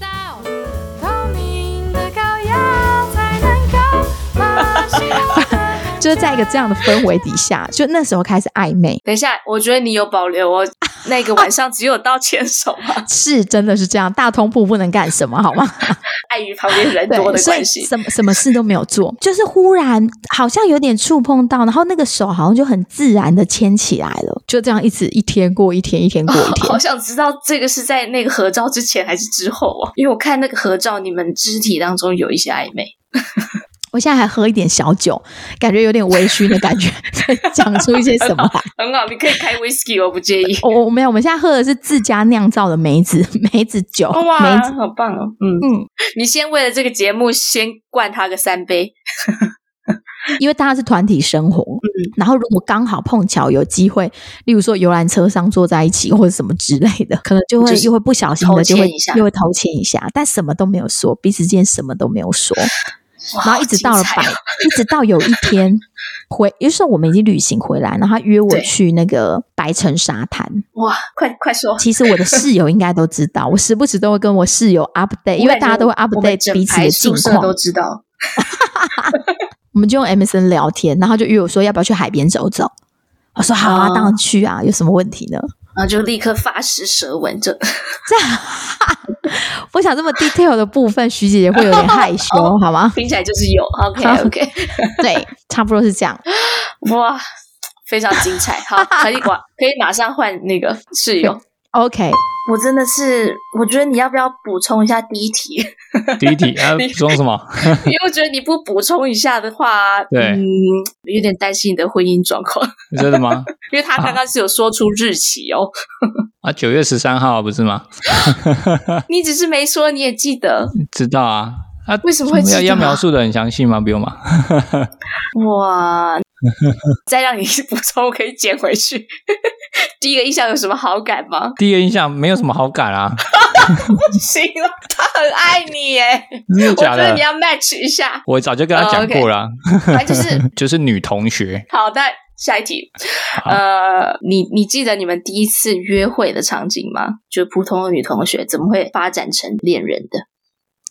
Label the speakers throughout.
Speaker 1: 就是在一个这样的氛围底下，就那时候开始暧昧，
Speaker 2: 等一下，我觉得你有保留哦。那个晚上只有到牵手嘛，
Speaker 1: 是真的是这样，大通铺不能干什么， 好吗？
Speaker 2: 碍于旁边人
Speaker 1: 对
Speaker 2: 多，的
Speaker 1: 所以
Speaker 2: 关系。
Speaker 1: 什么什么事都没有做， 就是忽然好像有点触碰到，然后那个手好像就很自然的牵起来了，就这样一直一天过一天，一天过一
Speaker 2: 好
Speaker 1: 天。
Speaker 2: 想知道这个是在那个合照之前还是之后哦，因为我看那个合照，你们肢体当中有一些暧昧。
Speaker 1: 我现在还喝一点小酒，感觉有点微醺的感觉，在讲出一些什 么来。
Speaker 2: 很好，你可以开 whisky，我不介意。
Speaker 1: 我我我没有，我们现在喝的是自家酿造的梅子 梅子酒，
Speaker 2: 哇，
Speaker 1: 梅子。
Speaker 2: 好棒哦！嗯，
Speaker 1: 嗯，
Speaker 2: 你先为了这个节目先灌他个三杯，
Speaker 1: 因为大家是团体生活，
Speaker 2: 嗯
Speaker 1: 然后如果刚好碰巧有机会，例如说游览车上坐在一起或者什么之类的，可能就会
Speaker 2: 就是
Speaker 1: 又会不小心
Speaker 2: 偷
Speaker 1: 的就会
Speaker 2: 牵一下
Speaker 1: 又会偷牵一下，但什么都没有说，彼此之间什么都没有说。
Speaker 2: 哇
Speaker 1: 然后一直到了
Speaker 2: 好
Speaker 1: 百，
Speaker 2: 精彩哦
Speaker 1: 一直到有一天回，有时候我们已经旅行回来，然后他约我
Speaker 2: 对
Speaker 1: 去那个白城沙滩。
Speaker 2: 哇，快快说！
Speaker 1: 其实我的室友应该都知道，我时不时都会跟我室友 update，因为大家都会
Speaker 2: 我们
Speaker 1: update
Speaker 2: 整
Speaker 1: 彼此
Speaker 2: 排
Speaker 1: 的近
Speaker 2: 宿舍
Speaker 1: 况。
Speaker 2: 都知道。
Speaker 1: 我们就用 MSN 聊天，然后就约我说要不要去海边走走。我说好啊，
Speaker 2: 哦
Speaker 1: 当然去啊，有什么问题呢？
Speaker 2: 然后就立刻发誓舌吻，这
Speaker 1: 我想这么 detail 的部分，徐姐姐会有点害 羞，
Speaker 2: 哦？
Speaker 1: 好吗
Speaker 2: 听起来就是有。OK
Speaker 1: 好
Speaker 2: OK，
Speaker 1: 对，差不多是这样。
Speaker 2: 哇，非常精彩！ 好，可以管，可以马上换那个室友。
Speaker 1: OK，
Speaker 2: 我真的是，我觉得你要不要补充一下第一 题？
Speaker 3: 第一题啊，说什么？
Speaker 2: 因为我觉得你不补充一下的话，
Speaker 3: 对
Speaker 2: 嗯，有点担心你的婚姻状况，
Speaker 3: 真的吗？
Speaker 2: 因为他刚刚是有说出日期 哦，
Speaker 3: 啊，九月十三号不是吗？
Speaker 2: 你只是没说，你也记得，
Speaker 3: 知道啊。啊，
Speaker 2: 为什么会知道
Speaker 3: 要
Speaker 2: 啊
Speaker 3: 要描述的很详细吗？不用吗？
Speaker 2: 哇！再让你补充，我可以捡回去。 第一个印象有什么好感吗？
Speaker 3: 第一个印象没有什么好感啊，
Speaker 2: 不 行了，他很爱你耶，
Speaker 3: 真的
Speaker 2: 我
Speaker 3: 假
Speaker 2: 觉得
Speaker 3: 的
Speaker 2: 你？要 match 一下。
Speaker 3: 我早就跟他讲过了啊，
Speaker 2: 反正就是
Speaker 3: 就是女同学，
Speaker 2: 好，那下一题，
Speaker 3: 好
Speaker 2: 呃，你你记得你们第一次约会的场景吗？就普通的女同学怎么会发展成恋人的？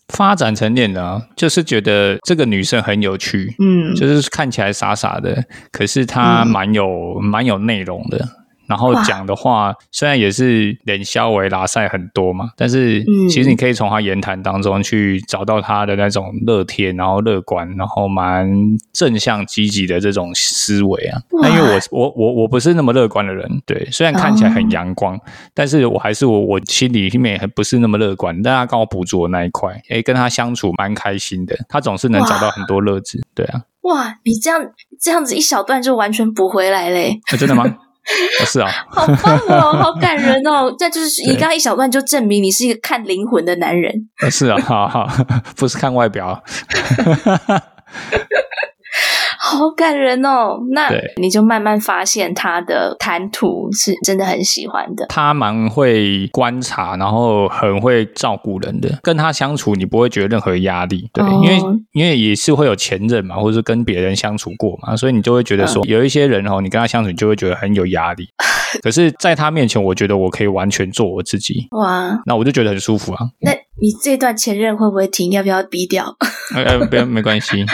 Speaker 3: 发展成恋人啊，就是觉得这个女生很有趣，
Speaker 2: 嗯，
Speaker 3: 就是看起来傻傻的，可是她蛮有、蛮有内容的。然后
Speaker 2: 哇
Speaker 3: 讲的话虽然也是脸消为拉塞很多嘛，但是
Speaker 2: 嗯
Speaker 3: 其实你可以从她言谈当中去找到她的那种乐天，然后乐观，然后蛮正向积极的这种思维啊。
Speaker 2: 哇哦
Speaker 3: 那因为我我我我不是那么乐观的人，对，虽然看起来很阳光，但是我还是我我心里面很不是那么乐观。但她刚好捕捉我那一块，诶，跟她相处蛮开心的，她总是能找到很多乐子，对啊。
Speaker 2: 哇，你这样这样子一小段就完全补回来嘞，
Speaker 3: 啊、真的吗？哦、是啊、
Speaker 2: 好棒 哦，好感人哦！那就是你
Speaker 3: 对
Speaker 2: 刚刚一小段就证明你是一个看灵魂的男人。
Speaker 3: 哦，是啊、好好，不是看外表，啊
Speaker 2: 好感人哦！那
Speaker 3: 对
Speaker 2: 你就慢慢发现他的谈吐是真的很喜欢的。
Speaker 3: 他蛮会观察，然后很会照顾人的，跟他相处你不会觉得任何压力，对，
Speaker 2: 哦
Speaker 3: 因为因为也是会有前任嘛，或者是跟别人相处过嘛，所以你就会觉得说，有一些人哦，你跟他相处你就会觉得很有压力，可是在他面前，我觉得我可以完全做我自己。
Speaker 2: 哇，
Speaker 3: 那我就觉得很舒服啊，
Speaker 2: 那你这段前任会不会停？要不要逼掉？
Speaker 3: 呃呃，不要没关系，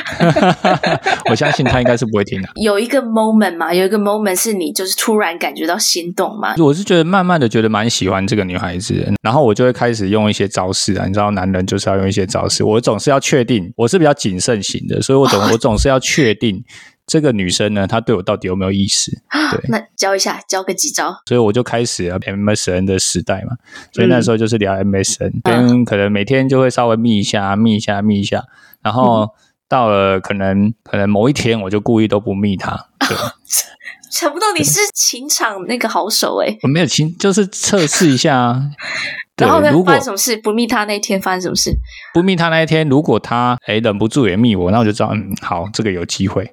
Speaker 3: 我相信他应该是不会听的、
Speaker 2: 有一个 moment 嘛，有一个 moment 是你就是突然感觉到心动嘛？
Speaker 3: 我是觉得慢慢的觉得蛮喜欢这个女孩子的，然后我就会开始用一些招式啊，你知道男人就是要用一些招式，我总是要确定，我是比较谨慎型的，所以我总我总是要确定这个女生呢，她对我到底有没有意思，对
Speaker 2: 啊那教一下，教个几招。
Speaker 3: 所以我就开始了 MSN 的时代嘛，所以那时候
Speaker 2: 嗯
Speaker 3: 就是聊啊 MSN，、跟可能每天就会稍微密一下，密一下，密一下，啊
Speaker 2: 嗯
Speaker 3: 然后到了可能可能某一天，我就故意都不密她，对。
Speaker 2: 想不到你是情场那个好手诶、
Speaker 3: 我没有亲，就是测试一下啊。对
Speaker 2: 然后，呢
Speaker 3: 如，果
Speaker 2: 发生什么事？不密他那天发生什么事？
Speaker 3: 不密他那一天，如果他哎忍不住也密我，那我就知道，嗯，好，这个有机会。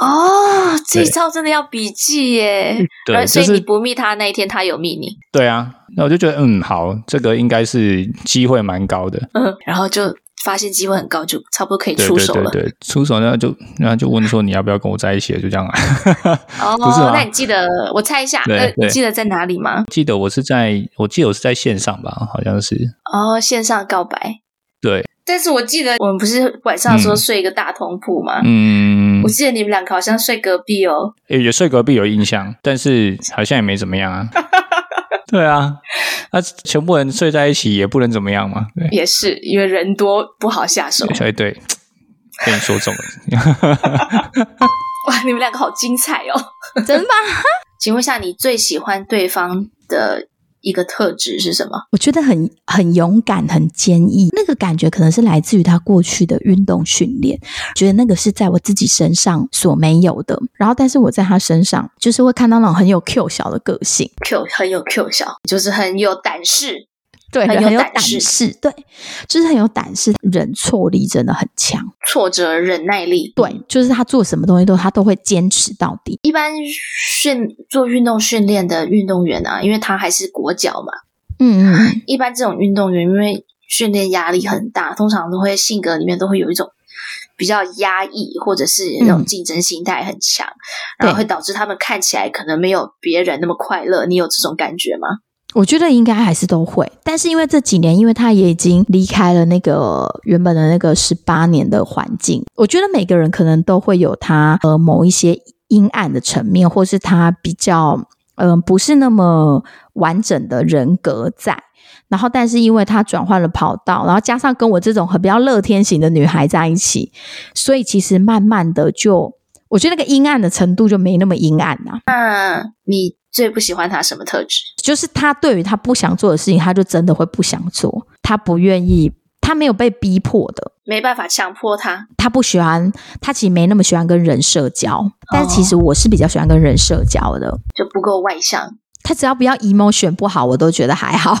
Speaker 2: 哦，这
Speaker 3: 对
Speaker 2: 一招真的要笔记耶。
Speaker 3: 对，
Speaker 2: 呃所
Speaker 3: 就
Speaker 2: 以你
Speaker 3: 是
Speaker 2: 不密他那一天，他有密你，
Speaker 3: 对啊，那我就觉得，嗯，好，这个应该是机会蛮高的。
Speaker 2: 嗯，然后就发现机会很高，就差不多可以
Speaker 3: 对
Speaker 2: 出
Speaker 3: 对
Speaker 2: 手
Speaker 3: 对
Speaker 2: 了。
Speaker 3: 对，出手呢就那就问说你要不要跟我在一起，就这样啊。
Speaker 2: 哦，
Speaker 3: 不是吗
Speaker 2: 那你记得我猜一下，
Speaker 3: 对
Speaker 2: 呃，你
Speaker 3: 对
Speaker 2: 记得在哪里吗？
Speaker 3: 记得我是在，我记得我是在线上吧，好像是。
Speaker 2: 哦，线上告白。
Speaker 3: 对，
Speaker 2: 但是我记得我们不是晚上说
Speaker 3: 嗯
Speaker 2: 睡一个大通铺吗？
Speaker 3: 嗯
Speaker 2: 我，记得你们两个好像睡隔壁哦，
Speaker 3: 也也睡隔壁有印象，但是好像也没怎 么样啊。对啊，那、全部人睡在一起也不能怎么样嘛。对，
Speaker 2: 也是因为人多不好下手。
Speaker 3: 哎对，被你说中了。
Speaker 2: 哇，你们两个好精彩哦！
Speaker 1: 真棒！
Speaker 2: 请问一下，你最喜欢对方的一个特质是什么？
Speaker 1: 我觉得很很勇敢，很坚毅，那个感觉可能是来自于他过去的运动训练，觉得那个是在我自己身上所没有的。然后，但是我在他身上，就是会看到那种很有 Q 小的个性，
Speaker 2: Q 很有 Q 小，就是很有胆识。
Speaker 1: 对
Speaker 2: 很有
Speaker 1: 很有
Speaker 2: 胆
Speaker 1: 胆
Speaker 2: 识
Speaker 1: 识，对，就是很有胆识，忍挫力真的很强。
Speaker 2: 挫折忍耐力，
Speaker 1: 对，就是他做什么东西都他都会坚持到底。
Speaker 2: 一般训做运动训练的运动员啊，因为他还是国脚嘛，
Speaker 1: 嗯嗯嗯，
Speaker 2: 一般这种运动员因为训练压力很大，通常都会性格里面都会有一种比较压抑，或者是那种
Speaker 1: 嗯
Speaker 2: 竞争心态很强，然后
Speaker 1: 对
Speaker 2: 会导致他们看起来可能没有别人那么快乐。你有这种感觉吗？
Speaker 1: 我觉得应该还是都会，但是因为这几年，因为他也已经离开了那个原本的那个十八年的环境，我觉得每个人可能都会有他呃某一些阴暗的层面，或是他比较嗯、呃不是那么完整的人格在。然后，但是因为他转换了跑道，然后加上跟我这种很比较乐天型的女孩在一起，所以其实慢慢的就，我觉得那个阴暗的程度就没那么阴暗啦、
Speaker 2: 那你最不喜欢他什么特质？
Speaker 1: 就是他对于他不想做的事情，他就真的会不想做，他不愿意，他没有被逼迫的，
Speaker 2: 没办法强迫他，
Speaker 1: 他不喜欢，他其实没那么喜欢跟人社交，但是其实我是比较喜欢跟人社交的。
Speaker 2: 就不够外向，
Speaker 1: 他只要不要 emotion 不好，我都觉得还好，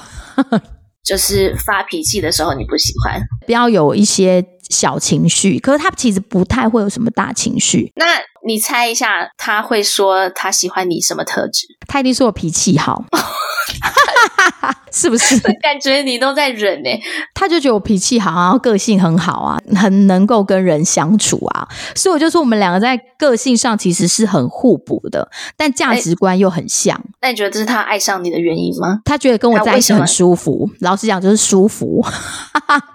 Speaker 2: 就是发脾气的时候你不喜欢。
Speaker 1: 不要有一些小情绪。可是他其实不太会有什么大情绪，
Speaker 2: 那你猜一下，他会说他喜欢你什么特质？
Speaker 1: 他一定说我脾气 好，是不是？
Speaker 2: 感觉你都在忍呢、欸
Speaker 1: 他就觉得我脾气好啊，然后个性很好啊，很能够跟人相处啊，所以我就说我们两个在个性上其实是很互补的，但价值观又很像。
Speaker 2: 那你觉得这是他爱上你的原因吗？
Speaker 1: 他觉得跟我在一起
Speaker 2: 啊那为什么
Speaker 1: 很舒服，老实讲就是舒服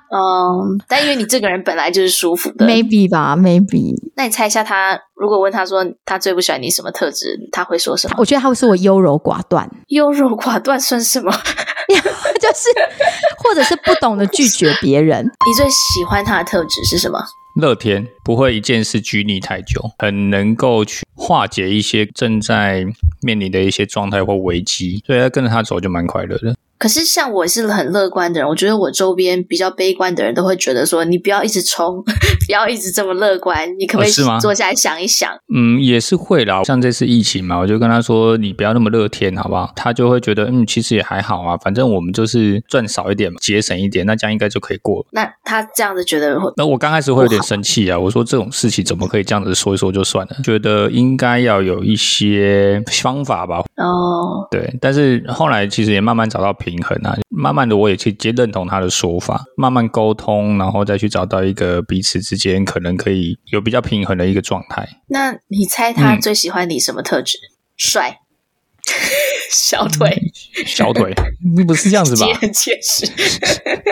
Speaker 2: 嗯，但因为你这个人本来就是舒服的。
Speaker 1: ，maybe 吧，maybe。
Speaker 2: 那你猜一下他，如果问他说他最不喜欢你什么特质，他会说什么？
Speaker 1: 我觉得他会说我优柔寡断，
Speaker 2: 优柔寡断算什么？
Speaker 1: 就是或者是不懂得拒绝别人。
Speaker 2: 你最喜欢他的特质是什么？
Speaker 3: 乐天不会一件事拘泥太久，很能够去化解一些正在面临的一些状态或危机，所以他跟着他走就蛮快乐的。
Speaker 2: 可是像我是很乐观的人，我觉得我周边比较悲观的人都会觉得说，你不要一直冲， 不要一直这么乐观，你可不可以
Speaker 3: 哦是吗
Speaker 2: 坐下来想一想？
Speaker 3: 嗯，也是会啦。像这次疫情嘛，我就跟他说：“你不要那么乐天，好不好？”他就会觉得，嗯，其实也还好啊，反正我们就是赚少一点，节省一点，那这样应该就可以过了。
Speaker 2: 那他这样子觉得会，
Speaker 3: 那我刚开始会有点生气啊，我说这种事情怎么可以这样子说一说就算了？觉得应该要有一些方法吧，
Speaker 2: 哦，
Speaker 3: 对，但是后来其实也慢慢找到平衡啊，慢慢的我也去接认同他的说法，慢慢沟通，然后再去找到一个彼此之间可能可以有比较平衡的一个状 态。
Speaker 2: 那你猜他
Speaker 3: 嗯
Speaker 2: 最喜欢你什么特质？帅， 小腿，
Speaker 3: 小腿，你不是这样子
Speaker 2: 结
Speaker 3: 吧？
Speaker 2: 很结实。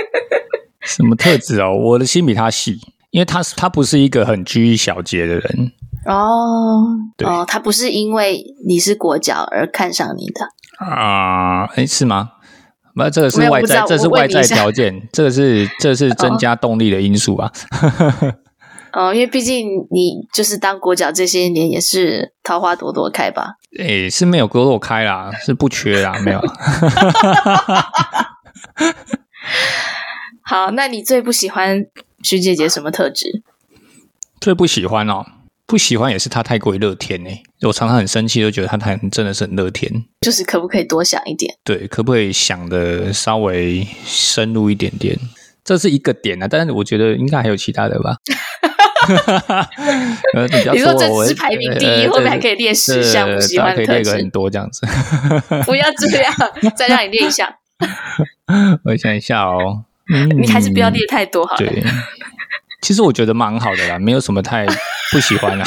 Speaker 3: 什么特质哦？我的心比他细，因为他是他不是一个很拘于小节的人，
Speaker 2: 哦，
Speaker 3: 对
Speaker 2: 哦，他不是因为你是国脚而看上你的，
Speaker 3: 啊，哎，是吗？那这个是
Speaker 2: 没有
Speaker 3: 外
Speaker 2: 我不知
Speaker 3: 在，
Speaker 2: 道
Speaker 3: 这是
Speaker 2: 我问
Speaker 3: 外
Speaker 2: 你
Speaker 3: 在
Speaker 2: 一下
Speaker 3: 条件，这个是这是增加动力的因素啊。
Speaker 2: 哦，因为毕竟你就是当国脚这些年也是桃花朵朵开吧。
Speaker 3: 诶，是没有给我开啦，是不缺啦，没有。啊
Speaker 2: 好，那你最不喜欢徐姐姐什么特质？
Speaker 3: 最不喜欢哦，不喜欢也是他太过于乐天呢、我常常很生气，都觉得他太真的是很乐天。
Speaker 2: 就是可不可以多想一点？
Speaker 3: 对，可不可以想的稍微深入一点点？这是一个点啊，但是我觉得应该还有其他的 吧。呃，比较
Speaker 2: 你说
Speaker 3: 多
Speaker 2: 这
Speaker 3: 我
Speaker 2: 只是排名第
Speaker 3: 呃
Speaker 2: 一，
Speaker 3: 对
Speaker 2: 后面还可以列十
Speaker 3: 对
Speaker 2: 项
Speaker 3: 对
Speaker 2: 不
Speaker 3: 对
Speaker 2: 喜欢
Speaker 3: 可
Speaker 2: 的
Speaker 3: 以
Speaker 2: 特
Speaker 3: 列个很
Speaker 2: 质。
Speaker 3: 多这样子。
Speaker 2: 不要这样，再让你列一下，
Speaker 3: 我想一下哦， 嗯
Speaker 2: 你还是不要列太多好了，
Speaker 3: 对，其实我觉得蛮好的啦，没有什么太不喜欢 啦，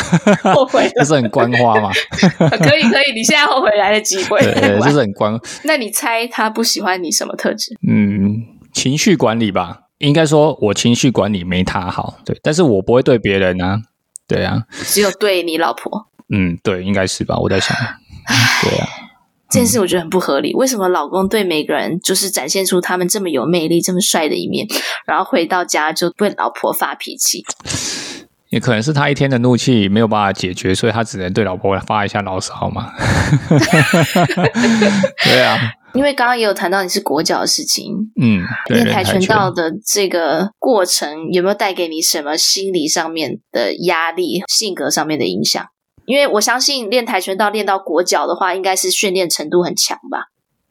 Speaker 2: 后悔
Speaker 3: 就
Speaker 2: 了。
Speaker 3: 是很观花嘛。
Speaker 2: 可以可以，你现在后悔来得及，不会
Speaker 3: 对，
Speaker 2: 太
Speaker 3: 对
Speaker 2: 晚
Speaker 3: 就是很观
Speaker 2: 那你猜他不喜欢你什么特质？
Speaker 3: 嗯，情绪管理吧，应该说我情绪管理没他好，对，但是我不会对别人啊，对啊，
Speaker 2: 只有对你老婆
Speaker 3: 嗯，对，应该是吧？我 在想，对啊，
Speaker 2: 这件事，我觉得很不合理。为什么老公对每个人就是展现出他们这么有魅力、这么帅的一面，然后回到家就对老婆发脾气？
Speaker 3: 也可能是他一天的怒气没有办法解决，所以他只能对老婆发一下牢骚嘛。 对啊，
Speaker 2: 因为刚刚也有谈到你是国脚的事情，
Speaker 3: 嗯，对
Speaker 2: 练
Speaker 3: 人
Speaker 2: 跆
Speaker 3: 拳
Speaker 2: 拳道的这个过程有没有带给你什么心理上面的压力、性格上面的影响？因为我相信练跆拳道练到国脚的话，应该是训练程度很强吧？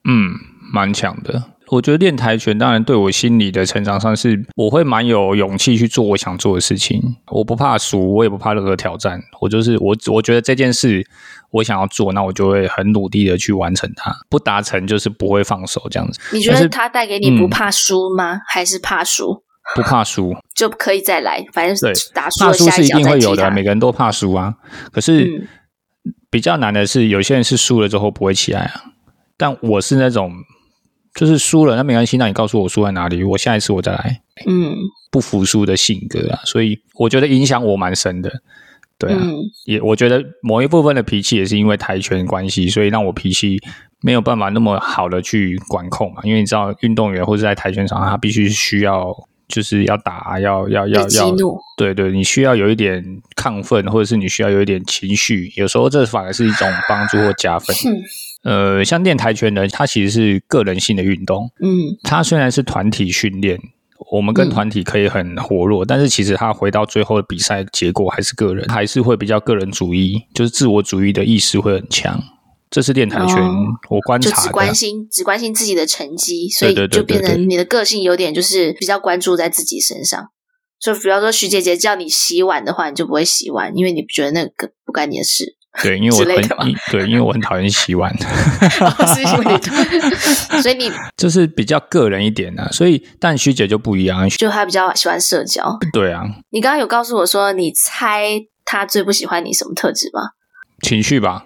Speaker 3: 嗯，蛮强的。我觉得练跆拳当然对我心理的成长上是，我会蛮有勇气去做我想做的事情。我不怕输，我也不怕任何挑战。我就是我，我觉得这件事我想要做，那我就会很努力的去完成它。不达成就是不会放手，这样子
Speaker 2: 你觉
Speaker 3: 但
Speaker 2: 得
Speaker 3: 是
Speaker 2: 它带给你不
Speaker 3: 嗯
Speaker 2: 怕输吗？还是怕输
Speaker 3: 不怕输。
Speaker 2: 就可以再来？反正
Speaker 3: 对
Speaker 2: 打输
Speaker 3: 怕
Speaker 2: 了
Speaker 3: 输
Speaker 2: 下
Speaker 3: 是一
Speaker 2: 脚
Speaker 3: 定
Speaker 2: 再
Speaker 3: 会
Speaker 2: 踢
Speaker 3: 有的，
Speaker 2: 他。
Speaker 3: 每个人都怕输啊。可是
Speaker 2: 嗯
Speaker 3: 比较难的是，有些人是输了之后不会起来啊。但我是那种，就是输了那没关系，那你告诉我输在哪里，我下一次我再来，
Speaker 2: 嗯
Speaker 3: 不服输的性格啊。所以我觉得影响我蛮深的。对啊，
Speaker 2: 嗯，
Speaker 3: 也我觉得某一部分的脾气也是因为跆拳关系，所以让我脾气没有办法那么好的去管控嘛。因为你知道，运动员或者在跆拳场上，他必须需要就是要打，要要要
Speaker 2: 被激
Speaker 3: 要
Speaker 2: 怒，
Speaker 3: 对对，你需要有一点亢奋，或者是你需要有一点情绪，有时候这反而是一种帮助或加 分。
Speaker 2: 哼
Speaker 3: 呃，像练跆拳呢，它其实是个人性的运动，
Speaker 2: 嗯
Speaker 3: 它虽然是团体训练，我们
Speaker 2: 嗯
Speaker 3: 跟团体可以很活络，但是其实它回到最后的比赛结果还是个人，还是会比较个人主义，就是自我主义的意识会很强。这是练跆拳，
Speaker 2: 哦
Speaker 3: 我观
Speaker 2: 就
Speaker 3: 察
Speaker 2: 只
Speaker 3: 的啊。
Speaker 2: 关心只关心自己的成绩，所以
Speaker 3: 对对对
Speaker 2: 就变
Speaker 3: 对对
Speaker 2: 成你的个性有点就是比较关注在自己身上。所以，比方说徐姐姐叫你洗碗的话，你就不会洗碗，因为你觉得那个不干你的事，
Speaker 3: 对，因为我
Speaker 2: 之类的吧
Speaker 3: 很对，因为我很讨厌洗碗。
Speaker 2: 是因为你所以你
Speaker 3: 就是比较个人一点啊，所以但徐姐就不一样，
Speaker 2: 就还比较喜欢社交。
Speaker 3: 对啊，
Speaker 2: 你刚刚有告诉我说，你猜他最不喜欢你什么特质吗？
Speaker 3: 情绪吧，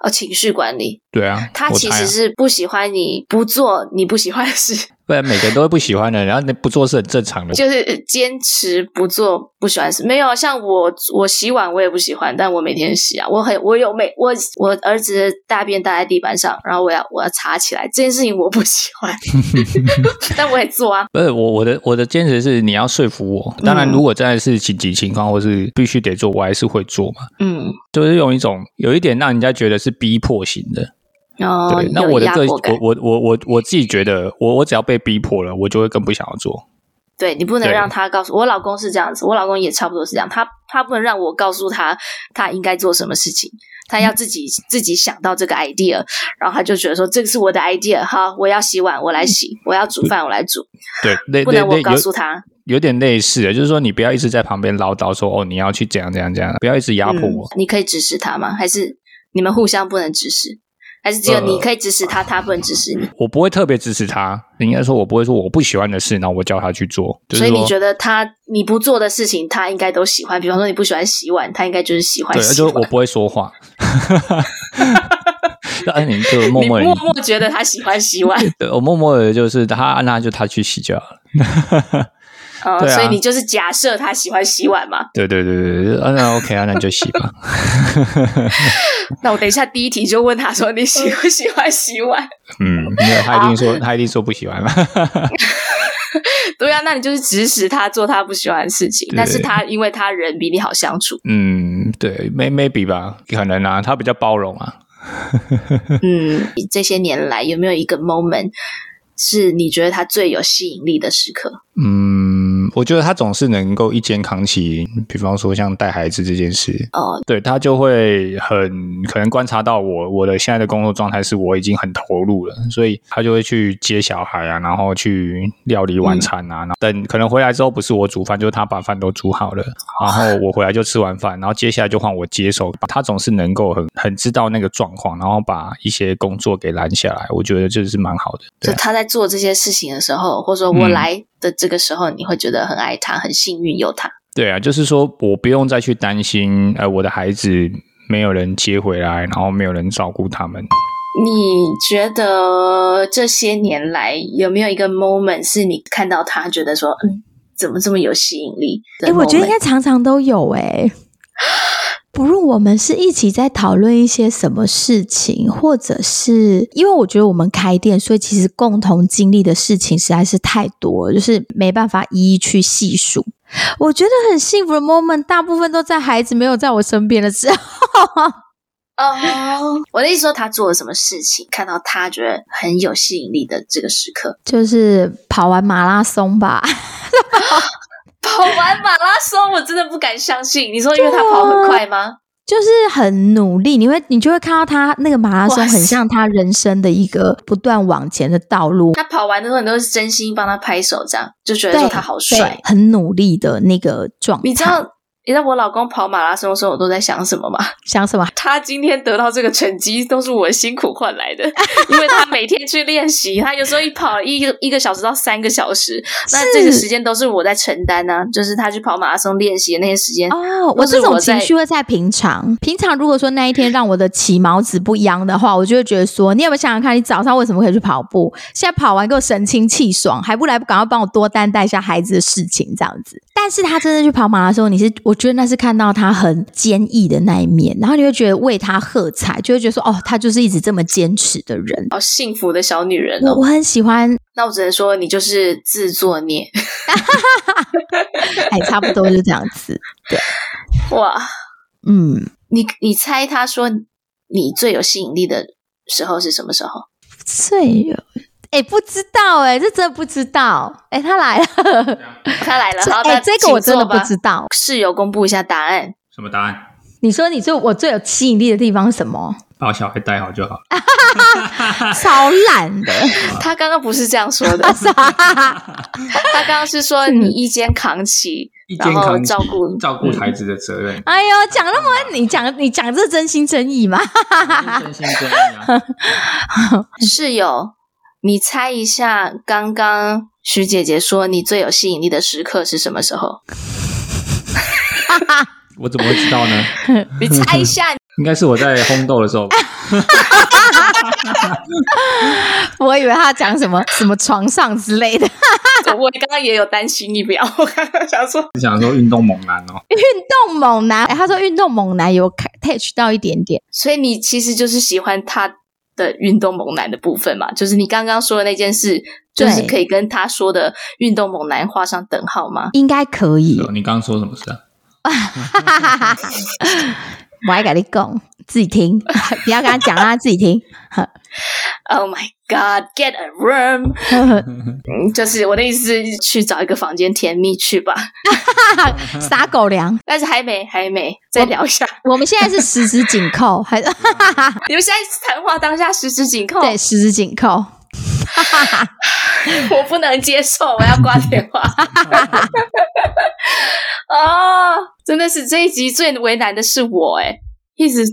Speaker 2: 哦，情绪管理，
Speaker 3: 对啊，
Speaker 2: 他
Speaker 3: 我
Speaker 2: 其
Speaker 3: 猜
Speaker 2: 实
Speaker 3: 啊
Speaker 2: 是不喜欢你不做你不喜欢的事，
Speaker 3: 不然每个人都会不喜欢的，然后你不做是很正常的。
Speaker 2: 就是坚持不做不喜欢的事。没有像我，我洗碗我也不喜欢，但我每天洗啊。我很我有每我我儿子的大便搭在地板上，然后我要我要擦起来，这件事情我不喜 欢，但我也做啊。
Speaker 3: 不是我我的我的坚持是你要说服我，当然
Speaker 2: 嗯
Speaker 3: 如果真的是紧急情况或是必须得做，我还是会做嘛，
Speaker 2: 嗯，
Speaker 3: 就是用一种有一点让人家觉得是逼迫型的。
Speaker 2: 然后
Speaker 3: 对，那我的
Speaker 2: 哦压
Speaker 3: 这
Speaker 2: 迫
Speaker 3: 我
Speaker 2: 感，
Speaker 3: 我我我我自己觉得，我我只要被逼迫了，我就会更不想要做。
Speaker 2: 对你不能
Speaker 3: 对
Speaker 2: 让他告诉我老公是这样子，我老公也差不多是这样，他他不能让我告诉他他应该做什么事情，他要自己自己想到这个 idea，然后他就觉得说这个是我的 idea，好，我要洗碗我来洗，我要煮饭我来煮，
Speaker 3: 对，类
Speaker 2: 不
Speaker 3: 类
Speaker 2: 能
Speaker 3: 类
Speaker 2: 我告
Speaker 3: 有
Speaker 2: 诉他，
Speaker 3: 有点类似的，就是说你不要一直在旁边唠叨说哦你要去怎样怎样怎样，不要一直压迫
Speaker 2: 嗯
Speaker 3: 我。
Speaker 2: 你可以指使他吗？还是你们互相不能指使？还是只有
Speaker 3: 呃
Speaker 2: 你可以指使 他，他不能指使你？
Speaker 3: 我不会特别支持他，应该说我不会说我不喜欢的事，然后我叫他去做。就是
Speaker 2: 所以你
Speaker 3: 说
Speaker 2: 觉得他你不做的事情，他应该都喜欢。比方说你不喜欢洗碗，他应该就是喜欢
Speaker 3: 对，
Speaker 2: 洗
Speaker 3: 就
Speaker 2: 碗
Speaker 3: 是。我不会说话。 那你就默
Speaker 2: 你
Speaker 3: 默
Speaker 2: 默
Speaker 3: 的，
Speaker 2: 默觉得他喜欢洗 碗，
Speaker 3: 对我默默的，就是他，那就他去洗就好了。
Speaker 2: 嗯，
Speaker 3: 对啊
Speaker 2: 所以你就是假设他喜欢洗碗嘛？
Speaker 3: 对对对对对，啊 那 OK 啊，那你就洗吧。
Speaker 2: 那我等一下第一题就问他说你喜 不喜欢洗碗？
Speaker 3: 嗯，没有，他一定说，他一定说不喜欢嘛。
Speaker 2: 对啊，那你就是指使他做他不喜欢的事情，
Speaker 3: 对
Speaker 2: 但是他因为他人比你好相处，
Speaker 3: 嗯，对，may maybe 吧，可能啊，他比较包容啊。
Speaker 2: 嗯，这些年来有没有一个 moment 是你觉得他最有吸引力的时刻？
Speaker 3: 嗯，我觉得他总是能够一肩扛起，比方说像带孩子这件事，
Speaker 2: 哦，
Speaker 3: 对他就会很可能观察到我我的现在的工作状态是我已经很投入了，所以他就会去接小孩啊，然后去料理晚餐啊，然后等可能回来之后不是我煮饭，就是他把饭都煮好了，然后我回来就吃完饭，然后接下来就换我接手，他总是能够很很知道那个状况，然后把一些工作给拦下来，我觉得这是蛮好的。
Speaker 2: 就
Speaker 3: 对啊、
Speaker 2: 他在做这些事情的时候，或者说我
Speaker 3: 嗯
Speaker 2: 来的这个时候，你会觉得很爱他，很幸运有他。
Speaker 3: 对啊，就是说我不用再去担心，呃，我的孩子没有人接回来，然后没有人照顾他们。
Speaker 2: 你觉得这些年来有没有一个 moment 是你看到他觉得说，嗯，怎么这么有吸引力？
Speaker 1: 哎、我觉得应该常常都有哎、 不论我们是一起在讨论一些什么事情，或者是因为我觉得我们开店，所以其实共同经历的事情实在是太多了，就是没办法一一去细数。我觉得很幸福的 moment，大部分都在孩子没有在我身边的时候。
Speaker 2: 哦，我的意思说他做了什么事情，看到他觉得很有吸引力的这个时刻，
Speaker 1: 就是跑完马拉松吧，
Speaker 2: 跑完马拉松，我真的不敢相信。你说因为他跑很快吗？
Speaker 1: 就是很努力，你会你就会看到他那个马拉松
Speaker 2: 哇塞
Speaker 1: 很像他人生的一个不断往前的道路，
Speaker 2: 他跑完的时候，你都是真心帮他拍手，这样就觉得说他好
Speaker 1: 对
Speaker 2: 帅。
Speaker 1: 很努力的那个状态。
Speaker 2: 你知道你知道我老公跑马拉松的时候，我都在想什么吗？
Speaker 1: 想什么？
Speaker 2: 他今天得到这个成绩，都是我辛苦换来的， 因为他每天去练习，他有时候一跑一个一个小时到三个小时，那这个
Speaker 1: 是
Speaker 2: 时间都是我在承担呢、就是他去跑马拉松练习的那些时间，
Speaker 1: 哦，
Speaker 2: 或
Speaker 1: 我
Speaker 2: 是
Speaker 1: 这
Speaker 2: 我
Speaker 1: 种
Speaker 2: 在
Speaker 1: 情绪会在平常，平常如果说那一天让我的起毛子不秧的话，我就会觉得说，你有没有想想看，你早上为什么可以去跑步？现在跑完给我神清气爽，还不来赶快帮我多担待一下孩子的事情，这样子。但是他真的去跑马拉松，你是我觉得那是看到他很坚毅的那一面，然后你会觉得为他喝彩，就会觉得说，哦，他就是一直这么坚持的人。
Speaker 2: 好幸福的小女人
Speaker 1: 我
Speaker 2: 哦。
Speaker 1: 我很喜欢，
Speaker 2: 那我只能说，你就是自作孽
Speaker 1: 哎，差不多就这样子。
Speaker 2: 哇！
Speaker 1: 嗯，
Speaker 2: 你你猜他说你最有吸引力的时候是什么时候？
Speaker 1: 最有，哎，不知道哎、这真的不知道。哎，他 来了。
Speaker 2: 他来了，
Speaker 1: 这
Speaker 2: 好，
Speaker 1: 哎、
Speaker 2: 那
Speaker 1: 这个我真的
Speaker 2: 请坐吧
Speaker 1: 不知道。
Speaker 2: 室友公布一下答 案，
Speaker 3: 什么答案？
Speaker 1: 你说你最我最有吸引力的地方是什 么？
Speaker 3: 把小孩带好就好。
Speaker 1: 超懒 的，
Speaker 2: 他刚刚不是这 样说的，他刚刚是说你一肩扛起，
Speaker 3: 一肩
Speaker 2: 然后
Speaker 3: 扛起
Speaker 2: 照顾
Speaker 3: 照顾孩子的责任，
Speaker 1: 哎呦，讲那么你讲你讲这真心真意嘛？
Speaker 2: 嗯
Speaker 3: 真心真意啊！
Speaker 2: 室友，你猜一下，刚刚徐姐姐说你最有吸引力的时刻是什么时候？
Speaker 3: 我怎么会知道呢？
Speaker 2: 你猜一下，
Speaker 3: 应该是我在烘豆的时候吧，
Speaker 1: 我以为他讲什么什么床上之类的
Speaker 2: 我刚刚也有担心一秒，我刚刚想说，
Speaker 3: 想说运动猛男哦，
Speaker 1: 运动猛男。哎，他说运动猛男有 catch 到一点点，
Speaker 2: 所以你其实就是喜欢他的运动猛男的部分嘛，就是你刚刚说的那件事，就是
Speaker 1: 对
Speaker 2: 可以跟他说的运动猛男画上等号吗？
Speaker 1: 应该可以。
Speaker 3: 你刚刚说什么事啊？
Speaker 2: 啊
Speaker 1: 我还跟你讲，自己听， 不要跟他讲，让啊他自己听。
Speaker 2: Oh my god, get a room！嗯，就是我的意思，去找一个房间甜蜜去吧。
Speaker 1: 撒狗粮，
Speaker 2: 但是还没，还没，再聊一下。
Speaker 1: 我们现在是十指紧扣， 还
Speaker 2: 你们现在谈话当下十指紧扣，
Speaker 1: 对十指紧扣。
Speaker 2: 我不能接受，我要挂电话。 啊、真的是这一集最为难的是我哎、一直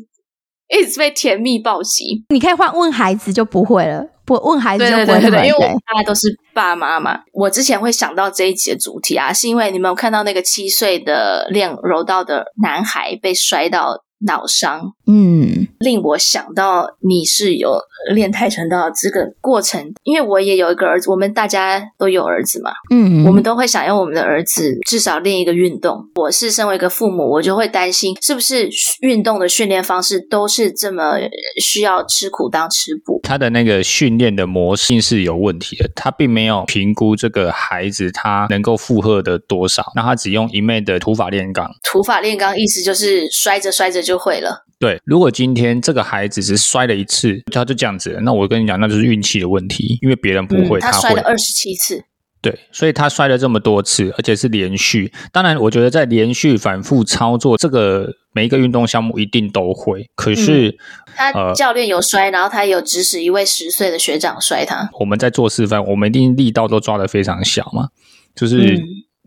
Speaker 2: 一直被甜蜜暴击。
Speaker 1: 你可以换问孩子就不会了，不问孩子
Speaker 2: 对
Speaker 1: 就
Speaker 2: 对
Speaker 1: 不会
Speaker 2: 对对
Speaker 1: 那么
Speaker 2: 对，因为
Speaker 1: 累
Speaker 2: 我大家都是爸妈嘛。我之前会想到这一集的主题啊，是因为你们有看到那个七岁的练柔道的男孩被摔到脑伤，
Speaker 1: 嗯，
Speaker 2: 令我想到你是有练跆拳道这个过程，因为我也有一个儿子，我们大家都有儿子嘛，
Speaker 1: 嗯，
Speaker 2: 我们都会想要我们的儿子至少练一个运动。我是身为一个父母，我就会担心是不是运动的训练方式都是这么呃需要吃苦当吃补。
Speaker 3: 他的那个训练的模式是有问题的，他并没有评估这个孩子他能够负荷的多少，那他只用一昧的土法炼钢。
Speaker 2: 土法炼钢意思就是摔着摔着就会了。
Speaker 3: 对，如果今天这个孩子只摔了一次，他就这样子了，那我跟你讲，那就是运气的问题，因为别人不会，
Speaker 2: 嗯他
Speaker 3: 会
Speaker 2: 摔了。二十七次，
Speaker 3: 对，所以他摔了这么多次，而且是连续。当然，我觉得在连续反复操作这个每一个运动项目一定都会，可是呃
Speaker 2: 他教练有摔，然后他有指使一位十岁的学长摔他。
Speaker 3: 我们在做示范，我们一定力道都抓得非常小嘛，就是
Speaker 2: 嗯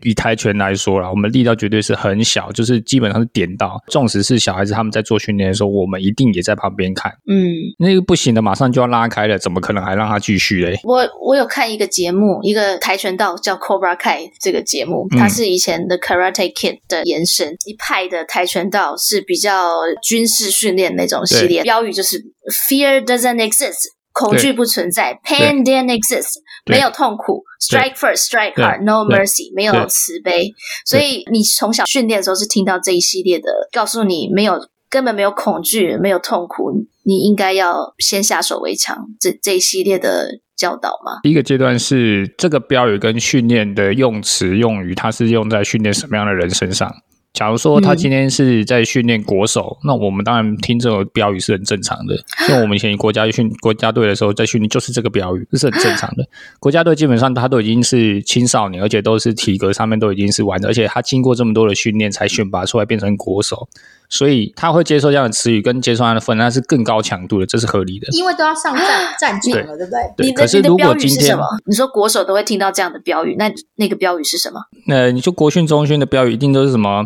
Speaker 3: 以跆拳来说啦，我们力道绝对是很小，就是基本上是点到。纵使是小孩子他们在做训练的时候，我们一定也在旁边看。
Speaker 2: 嗯，
Speaker 3: 那个不行的，马上就要拉开了，怎么可能还让他继续嘞？
Speaker 2: 我我有看一个节目，一个跆拳道叫 Cobra Kai 这个节目，
Speaker 3: 嗯
Speaker 2: 它是以前的 Karate Kid 的延伸，一派的跆拳道是比较军事训练那种系列，标语就是 Fear doesn't exist。恐惧不存在，pain didn't exist，
Speaker 3: 对
Speaker 2: 没有痛苦，strike first, strike
Speaker 3: 对
Speaker 2: hard，no
Speaker 3: 对
Speaker 2: mercy，没有
Speaker 3: 对
Speaker 2: 慈悲，所以你从小训练的时候是听到这一系列的，告诉你没有根本没有恐惧，没有痛苦，你应该要先下手为强，这这一系列的教导嘛。
Speaker 3: 第一个阶段是这个标语跟训练的用词用语，它是用在训练什么样的人身上？假如说他今天是在训练国手，那我们当然听这种标语是很正常的。因为我们以前国家训国家队的时候，在训练就是这个标语，这是很正常的。国家队基本上他都已经是青少年，而且都是体格上面都已经是完的，而且他经过这么多的训练才选拔出来变成国手，所以他会接受这样的词语跟接受这样的训练，那是更高强度的，这是合理的。
Speaker 4: 因为都要上战战场了，对不对？
Speaker 3: 对，
Speaker 2: 你
Speaker 3: 可
Speaker 2: 的
Speaker 3: 是
Speaker 2: 你的
Speaker 3: 如
Speaker 2: 标
Speaker 3: 果
Speaker 2: 语
Speaker 3: 今
Speaker 2: 是什
Speaker 3: 天
Speaker 2: 么？你说国手都会听到这样的标语，那那个标语是什么？
Speaker 3: 呃，你就国训、中训的标语一定都是什么，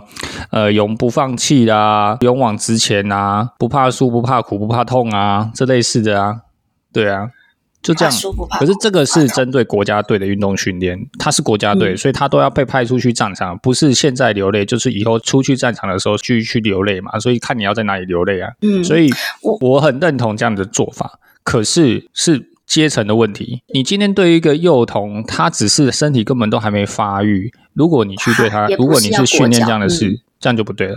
Speaker 3: 呃，永不放弃啦，勇往直前啊，不怕输、不怕苦、不怕痛啊，这类似的啊，对啊，就这样
Speaker 2: 怕。输不怕
Speaker 3: 可是
Speaker 2: 苦
Speaker 3: 这个
Speaker 2: 不
Speaker 3: 是
Speaker 2: 怕
Speaker 3: 针对国家队的运动训练，他是国家队，所以他都要被派出去战场，不是现在流泪，就是以后出去战场的时候去去流泪嘛。所以看你要在哪里流泪啊。
Speaker 2: 嗯，
Speaker 3: 所以
Speaker 2: 我
Speaker 3: 我很认同这样的做法，可是是阶层的问题。你今天对于一个幼童，他只是身体根本都还没发育，如果你去对他，
Speaker 2: 啊也不
Speaker 3: 如果
Speaker 2: 是
Speaker 3: 你
Speaker 2: 要嗯
Speaker 3: 是训练
Speaker 2: 裹
Speaker 3: 这样的
Speaker 2: 脚
Speaker 3: 事，这样就不对了。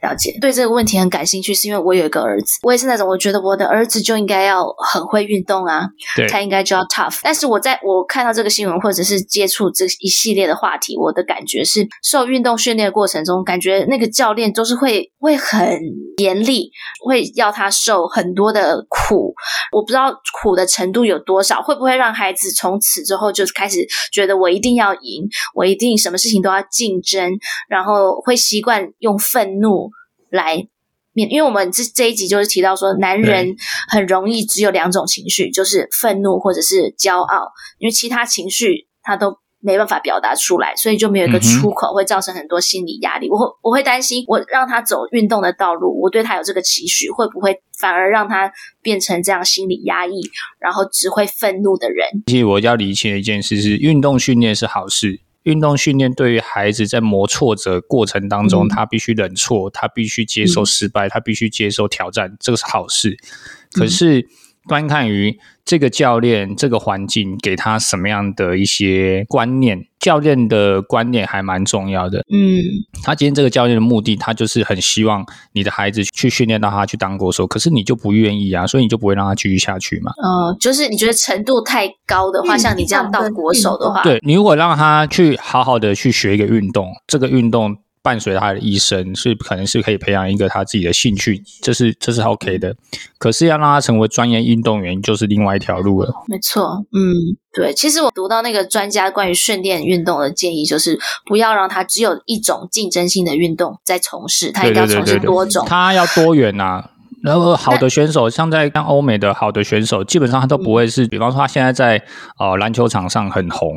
Speaker 2: 了解，对这个问题很感兴趣，是因为我有一个儿子，我也是那种我觉得我的儿子就应该要很会运动啊，
Speaker 3: 对
Speaker 2: 他应该就要 tough。但是我在我看到这个新闻或者是接触这一系列的话题，我的感觉是，受运动训练的过程中，感觉那个教练都是会会很严厉，会要他受很多的苦，我不知道苦的程度有多少，会不会让孩子从此之后就开始觉得我一定要赢，我一定什么事情都要竞争，然后会习惯用愤怒来面，因为我们这这一集就是提到说，男人很容易只有两种情绪，就是愤怒或者是骄傲，因为其他情绪他都。没办法表达出来，所以就没有一个
Speaker 3: 嗯哼
Speaker 2: 出口，会造成很多心理压力。我会我会担心，我让他走运动的道路，我对他有这个期许，会不会反而让他变成这样心理压抑，然后只会愤怒的人？
Speaker 3: 其实我要理清的一件事是，运动训练是好事。运动训练对于孩子在磨挫折过程当中，
Speaker 2: 嗯
Speaker 3: 他必须忍挫，他必须接受失败，他必须接受挑战，这个是好事。可是端看于这个教练、这个环境给他什么样的一些观念，教练的观念还蛮重要的。
Speaker 2: 嗯，
Speaker 3: 他今天这个教练的目的，他就是很希望你的孩子去训练到他去当国手，可是你就不愿意啊，所以你就不会让他继续下去嘛。
Speaker 2: 呃，就是你觉得程度太高的话，
Speaker 4: 运
Speaker 2: 像你这样到国手的话，
Speaker 3: 对你如果让他去好好的去学一个运动，这个运动伴随他的一生，是可能是可以培养一个他自己的兴趣，这是这是 OK 的。可是要让他成为专业运动员，就是另外一条路了。
Speaker 2: 没错，嗯，对。其实我读到那个专家关于训练运动的建议，就是不要让他只有一种竞争性的运动在从事，他
Speaker 3: 对
Speaker 2: 应该
Speaker 3: 对
Speaker 2: 要从
Speaker 3: 对对
Speaker 2: 事
Speaker 3: 对
Speaker 2: 多种。
Speaker 3: 他要多元 啊。然后好的选手，像在像欧美的好的选手，基本上他都不会
Speaker 2: 嗯
Speaker 3: 是，比方说他现在在呃篮球场上很红，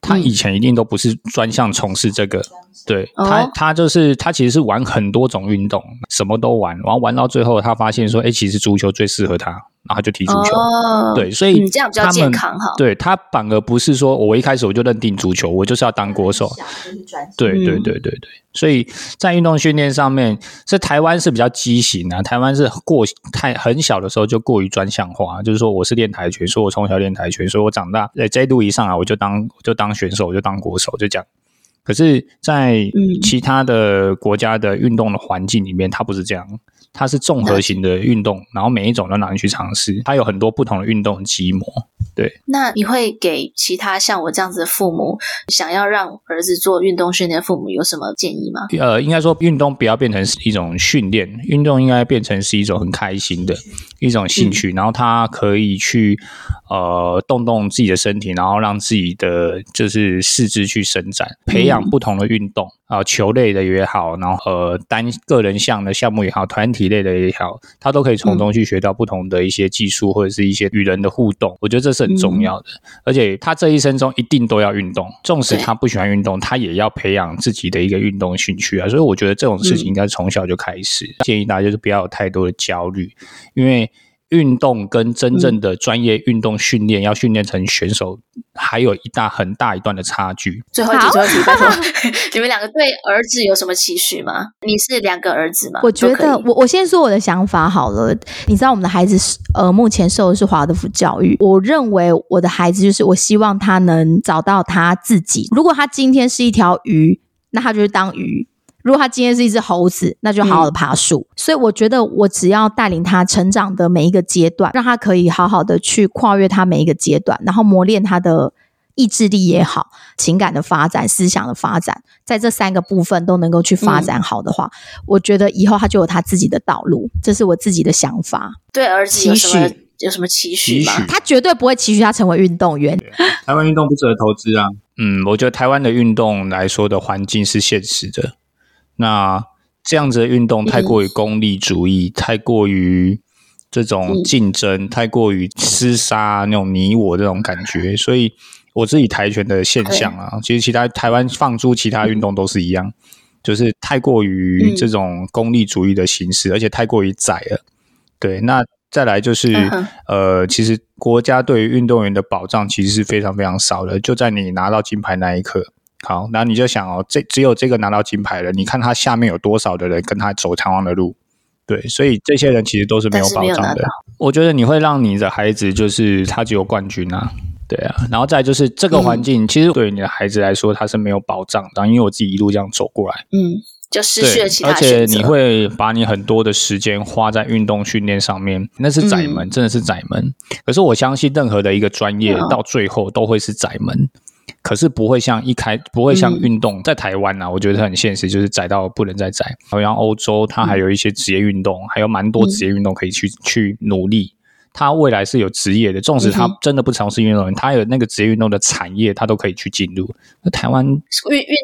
Speaker 3: 他以前一定都不是专项从事这个，对
Speaker 2: 哦
Speaker 3: 他，他就是他其实是玩很多种运动，什么都玩，然后玩到最后，他发现说，哎，其实足球最适合他，然后他就踢足球。
Speaker 2: 哦，
Speaker 3: 对，所以
Speaker 2: 嗯这样比较
Speaker 3: 他们
Speaker 2: 健康哈
Speaker 3: 对他反而不是说我一开始我就认定足球，我就是要当国手。
Speaker 4: 小就是专心
Speaker 3: 对
Speaker 2: 嗯
Speaker 3: 对对对对，所以在运动训练上面，在台湾是比较畸形啊。台湾是过太很小的时候就过于专项化，就是说我是练跆拳，所以我从小练跆拳，所以我长大呃这一路一上来我就当我就当选手，我就当国手，就这样。可是，在
Speaker 2: 嗯
Speaker 3: 其他的国家的运动的环境里面，它不是这样，它是综合型的运动，然后每一种都拿你去尝试，它有很多不同的运动基模。
Speaker 2: 那你会给其他像我这样子的父母，想要让儿子做运动训练的父母有什么建议吗？
Speaker 3: 呃，应该说运动不要变成是一种训练，运动应该变成是一种很开心的一种兴趣，然后他可以去呃动动自己的身体，然后让自己的就是四肢去伸展，培养不同的运动啊、呃球类的也好，然后呃单个人项的项目也好，团体体类的也好，他都可以从中去学到不同的一些技术或者是一些与人的互动。我觉得这是很重要的，而且他这一生中一定都要运动，纵使他不喜欢运动，他也要培养自己的一个运动兴趣啊。所以我觉得这种事情应该从小就开始。建议大家就是不要有太多的焦虑，因为。运动跟真正的专业运动训练，要训练成选手，还有一大很大一段的差距。
Speaker 2: 最后一题，最后一题，拜托， 你们两个对儿子有什么期许吗？你是两个儿子吗？
Speaker 1: 我觉
Speaker 2: 都可
Speaker 1: 得
Speaker 2: 以，
Speaker 1: 我我先说我的想法好了。你知道我们的孩子是呃，目前受的是华德福教育。我认为我的孩子就是，我希望他能找到他自己。如果他今天是一条鱼，那他就是当鱼；如果他今天是一只猴子，那就好好的爬树。所以我觉得，我只要带领他成长的每一个阶段，让他可以好好的去跨越他每一个阶段，然后磨练他的。意志力也好，情感的发展、思想的发展，在这三个部分都能够去发展好的话，我觉得以后他就有他自己的道路，这是我自己的想法。
Speaker 2: 对儿子有什么
Speaker 1: 期
Speaker 2: 有什么期
Speaker 3: 期
Speaker 2: 许吗？
Speaker 3: 许
Speaker 1: 他绝对不会期许他成为运动员，
Speaker 3: 台湾运动不值得投资啊。嗯，我觉得台湾的运动来说的环境是现实的，那这样子的运动太过于功利主义，太过于这种竞争，太过于厮杀那种你我这种感觉，所以我自己跆拳的现象啊，其实其他台湾放诸其他运动都是一样，就是太过于这种功利主义的形式，而且太过于窄了。对，那再来就是、
Speaker 2: 嗯哼
Speaker 3: 呃，其实国家对于运动员的保障其实是非常非常少的，就在你拿到金牌那一刻。好，然后你就想哦，这只有这个拿到金牌了，你看他下面有多少的人跟他走同样的路，对，所以这些人其实都是没有
Speaker 2: 但是
Speaker 3: 保
Speaker 2: 没有
Speaker 3: 障
Speaker 2: 拿
Speaker 3: 的
Speaker 2: 到。
Speaker 3: 我觉得你会让你的孩子就是他只有冠军啊，对啊，然后再来就是这
Speaker 2: 嗯
Speaker 3: 个环境，其实对于你的孩子来说他是没有保障的，因为我自己一路这样走过来，
Speaker 2: 嗯，就失去
Speaker 3: 对
Speaker 2: 了其，他
Speaker 3: 而且
Speaker 2: 选择。
Speaker 3: 你会把你很多的时间花在运动训练上面，那是窄门，真的是窄门。可是我相信任何的一个专业
Speaker 2: 嗯
Speaker 3: 到最后都会是窄门，可是不会像一开不会像运
Speaker 2: 嗯
Speaker 3: 动、在台湾啊，我觉得很现实，就是窄到不能再窄。好像欧洲它还有一些职业运
Speaker 2: 嗯
Speaker 3: 动，还有蛮多职业运动可以去、去努力。他未来是有职业的，纵使他
Speaker 2: 嗯哼
Speaker 3: 真的不从事运动员，他有那个职业运动的产业，他都可以去进入。那台湾
Speaker 2: 运运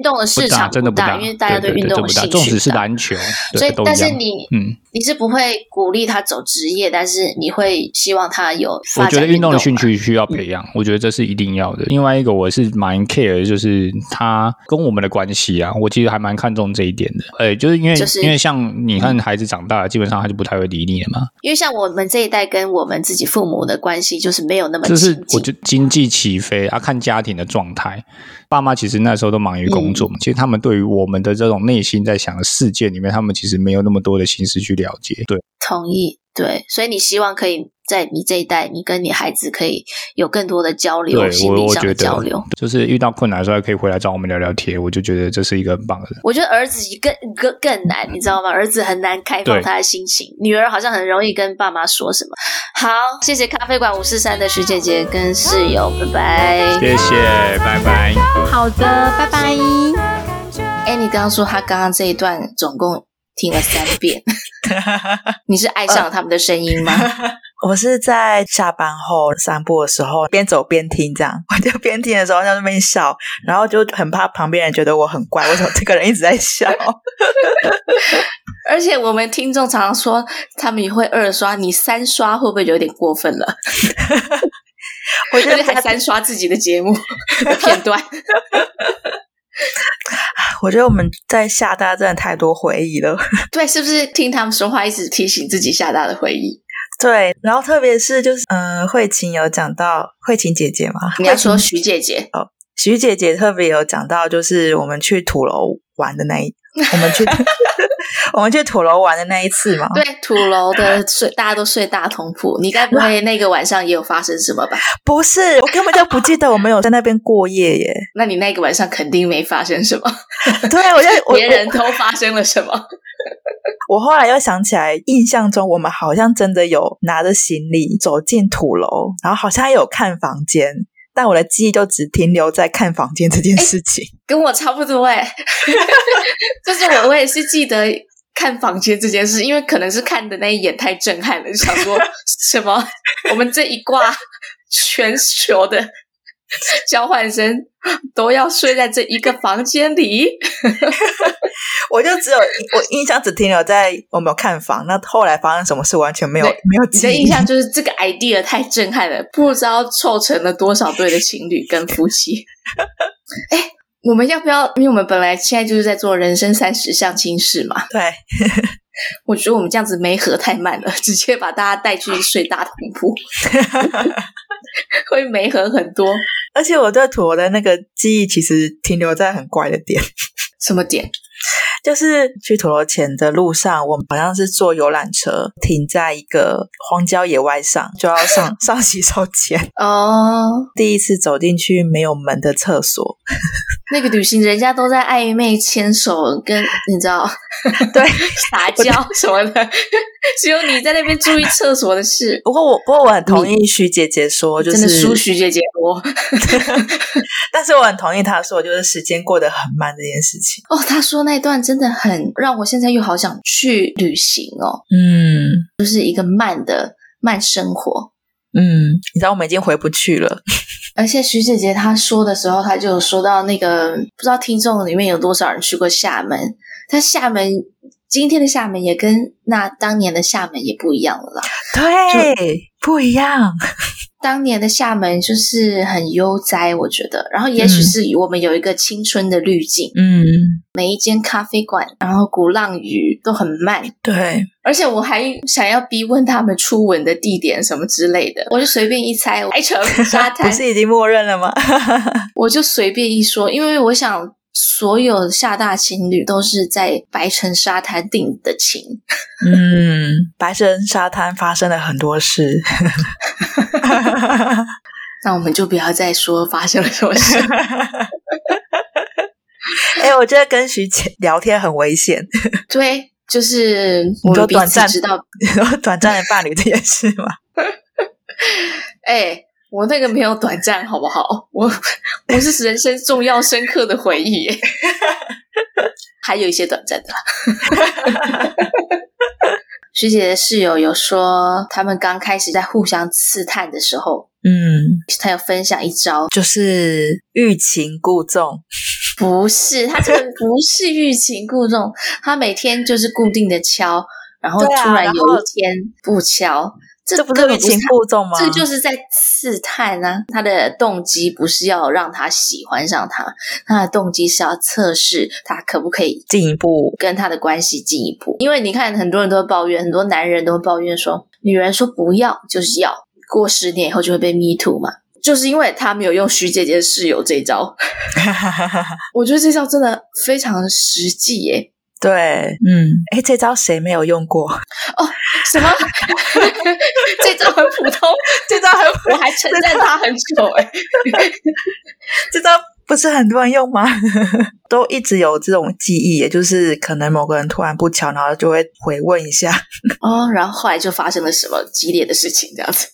Speaker 2: 动的市
Speaker 3: 不大
Speaker 2: 场
Speaker 3: 真的不
Speaker 2: 大，因为大家
Speaker 3: 对
Speaker 2: 运
Speaker 3: 对
Speaker 2: 动的
Speaker 3: 对
Speaker 2: 兴
Speaker 3: 真不大
Speaker 2: 趣
Speaker 3: 纵使
Speaker 2: 不
Speaker 3: 是
Speaker 2: 大
Speaker 3: 篮球，对
Speaker 2: 所以
Speaker 3: 都一
Speaker 2: 但是
Speaker 3: 样
Speaker 2: 你
Speaker 3: 嗯，
Speaker 2: 你是不会鼓励他走职业，但是你会希望他有
Speaker 3: 我
Speaker 2: 发
Speaker 3: 觉
Speaker 2: 展
Speaker 3: 得运动的
Speaker 2: 嘛
Speaker 3: 兴趣需要培养，我觉得这是一定要的。另外一个，我是蛮 care，的就是他跟我们的关系啊，我其实还蛮看重这一点的。呃，就是因为、
Speaker 2: 就是
Speaker 3: 因为像你看孩子长大了，基本上他就不太会理你了嘛。
Speaker 2: 因为像我们这一代跟我们自己父母的关系就是没有那么
Speaker 3: 这是
Speaker 2: 亲
Speaker 3: 我
Speaker 2: 近
Speaker 3: 觉得经济起飞啊，看家庭的状态。爸妈其实那时候都忙于工作嘛，
Speaker 2: 嗯
Speaker 3: 其实他们对于我们的这种内心在想的世界里面，他们其实没有那么多的心思去了解。对。
Speaker 2: 同意，对，所以你希望可以在你这一代，你跟你孩子可以有更多的交流，
Speaker 3: 对
Speaker 2: 心
Speaker 3: 我
Speaker 2: 理
Speaker 3: 我
Speaker 2: 上
Speaker 3: 觉
Speaker 2: 的
Speaker 3: 得
Speaker 2: 交流。
Speaker 3: 就是遇到困难的时候还可以回来找我们聊聊天，我就觉得这是一个很棒的。
Speaker 2: 我觉得儿子更更更难，你知道吗？儿子很难开放
Speaker 3: 对
Speaker 2: 他的心情，女儿好像很容易跟爸妈说什么。好，谢谢咖啡馆五四三的徐姐姐跟室友，拜拜。
Speaker 3: 谢谢，拜拜。
Speaker 1: 好的，拜拜。
Speaker 2: 哎，你刚刚说他刚刚这一段总共听了三遍，你是爱上了他们的声音吗？
Speaker 5: 我是在下班后散步的时候，边走边听，这样 我就边听的时候在那边笑，然后就很怕旁边人觉得我很怪，为什么这个人一直在笑？
Speaker 2: 而且我们听众常常说他们也会二刷，你三刷会不会有点过分了？
Speaker 5: 我觉
Speaker 2: 因为
Speaker 5: 得
Speaker 2: 还三刷自己的节目的片 段。
Speaker 5: 我觉得我们在厦大真的太多回忆了。
Speaker 2: 对，是不是听他们说话一直提醒自己厦大的回忆？
Speaker 5: 对，然后特别是就是，嗯、慧琴有讲到慧琴姐姐嘛，
Speaker 2: 你要说徐姐 姐，
Speaker 5: 哦徐姐姐特别有讲到，就是我们去土楼玩的那一， 我们去我们去土楼玩的那一次嘛。
Speaker 2: 对，土楼的睡大家都睡大通铺，你该不会那个晚上也有发生什么 吧？
Speaker 5: 不是，我根本就不记得我们有在那边过夜耶。
Speaker 2: 那你那个晚上肯定没发生什么，
Speaker 5: 对，我就我
Speaker 2: 别人都发生了什么？
Speaker 5: 我后来又想起来，印象中我们好像真的有拿着行李走进土楼，然后好像也有看房间，但我的记忆就只停留在看房间这件事情。
Speaker 2: 跟我差不多哎、 就是我我也是记得。看房间这件事，因为可能是看的那一眼太震撼了，就想说什么？我们这一挂全球的交换生都要睡在这一个房间里，
Speaker 5: 我就只有我印象只停留在我没有看房，那后来发生什么事完全没有
Speaker 2: 对
Speaker 5: 没有
Speaker 2: 你
Speaker 5: 记
Speaker 2: 的
Speaker 5: 忆
Speaker 2: 印 象就是这个 idea 太震撼了，不知道凑成了多少对的情侣跟夫妻。哎，我们要不要？因为我们本来现在就是在做人生三十相亲室嘛，
Speaker 5: 对，
Speaker 2: 我觉得我们这样子没合太慢了，直接把大家带去睡大同铺， 会没合很多。
Speaker 5: 而且我对土楼的那个记忆其实停留在很怪的点，
Speaker 2: 什么点？
Speaker 5: 就是去土楼前的路上，我们好像是坐游览车停在一个荒郊野外上，就要 上上洗手间。
Speaker 2: 哦，
Speaker 5: 第一次走进去没有门的厕所，
Speaker 2: 那个旅行人家都在暧昧牵手，跟你知 道
Speaker 5: 对
Speaker 2: 撒娇什么的，只有你在那边注意厕所的事。
Speaker 5: 不过我不过我很同意徐姐姐说，就是
Speaker 2: 真的舒徐姐姐我
Speaker 5: 但是我很同意她说，就是时间过得很慢这件事情。
Speaker 2: 哦，她说那一段真的很让我现在又好想去旅行哦，
Speaker 5: 嗯
Speaker 2: 就是一个慢的慢生活。
Speaker 5: 嗯，你知道我们已经回不去了。
Speaker 2: 而且徐姐姐她说的时候，她就有说到那个不知道听众里面有多少人去过厦门，但厦门今天的厦门也跟那当年的厦门也不一样了啦。
Speaker 5: 对，不一样。
Speaker 2: 当年的厦门就是很悠哉，我觉得。然后也许是我们有一个青春的滤镜，
Speaker 5: 嗯，
Speaker 2: 每一间咖啡馆，然后鼓浪屿都很慢。
Speaker 5: 对，
Speaker 2: 而且我还想要逼问他们初吻的地点什么之类的，我就随便一猜，海 城沙
Speaker 5: 不
Speaker 2: 滩，
Speaker 5: 是已经默认了吗？
Speaker 2: 我就随便一说，因为我想所有厦大情侣都是在白城沙滩定的情。
Speaker 5: 嗯，白城沙滩发生了很多 事。
Speaker 2: 那我们就不要再说发生了什么 事。
Speaker 5: 哎、我觉得跟徐姐聊天很危险，
Speaker 2: 对，就是我
Speaker 5: 你说
Speaker 2: 们彼
Speaker 5: 短
Speaker 2: 此
Speaker 5: 暂
Speaker 2: 知道，
Speaker 5: 短暂的伴侣这件事嘛。
Speaker 2: 哎、我那个没有短暂，好不好？我我是人生重要深刻的回忆 耶，还有一些短暂的啦。学姐的室友有说，他们刚开始在互相刺探的时候，
Speaker 5: 嗯，
Speaker 2: 她有分享一招，
Speaker 5: 就是欲擒故纵。
Speaker 2: 不是她 这个不是欲擒故纵，她每天就是固定的敲，然后
Speaker 5: 对啊
Speaker 2: 突然有
Speaker 5: 然后
Speaker 2: 一天不敲，这
Speaker 5: 这不
Speaker 2: 根
Speaker 5: 是
Speaker 2: 本
Speaker 5: 欲擒
Speaker 2: 她
Speaker 5: 故纵吗？
Speaker 2: 这就是在刺探啊！他的动机不是要让他喜欢上他，他的动机是要测试他可不可以
Speaker 5: 进一步。
Speaker 2: 跟他的关系进一步。因为你看，很多人都会抱怨，很多男人都会抱怨说，女人说不要就是要，过十年以后就会被 me too 嘛。就是因为他没有用徐姐姐的室友这一 招，我觉得这招真的非常实际耶！
Speaker 5: 对，嗯，哎，这招谁没有用过？
Speaker 2: 什么？ 这招很普通，
Speaker 5: 这招很，
Speaker 2: 我还称赞他很久哎。
Speaker 5: 这招不是很多人用吗？ 都一直有这种记忆，也就是可能某个人突然不巧，然后就会回问一下。
Speaker 2: 哦，然后后来就发生了什么激烈的事情，这样子。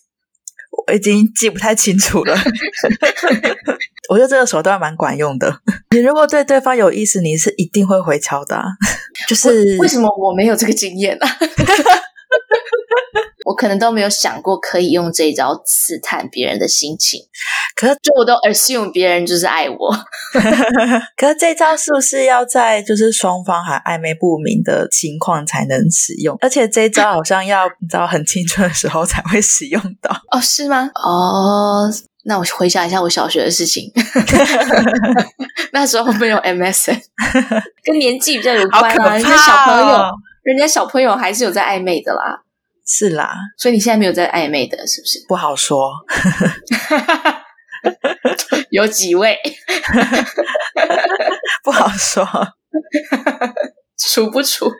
Speaker 5: 我已经记不太清楚了。 我觉得这个手段蛮管用的。 你如果对对方有意思，你是一定会回敲的啊、 就是
Speaker 2: 为什么我没有这个经验 啊？我可能都没有想过可以用这一招刺探别人的心情，
Speaker 5: 可是
Speaker 2: 就我都 assume 别人就是爱我。
Speaker 5: 可是这招是不是要在就是双方还暧昧不明的情况才能使用？而且这招好像要你知道很青春的时候才会使用到。
Speaker 2: 哦，是吗？哦，那我回想一下我小学的事 情，那时候没有 MSN，跟年纪比较有
Speaker 5: 好
Speaker 2: 关啊。人
Speaker 5: 可怕、哦
Speaker 2: 家小朋友，！人家小朋友还是有在暧昧的啦，
Speaker 5: 是啦，
Speaker 2: 所以你现在没有在暧昧的，是不是？
Speaker 5: 哦不好说。
Speaker 2: 有几位
Speaker 5: 不好说，
Speaker 2: 处不处？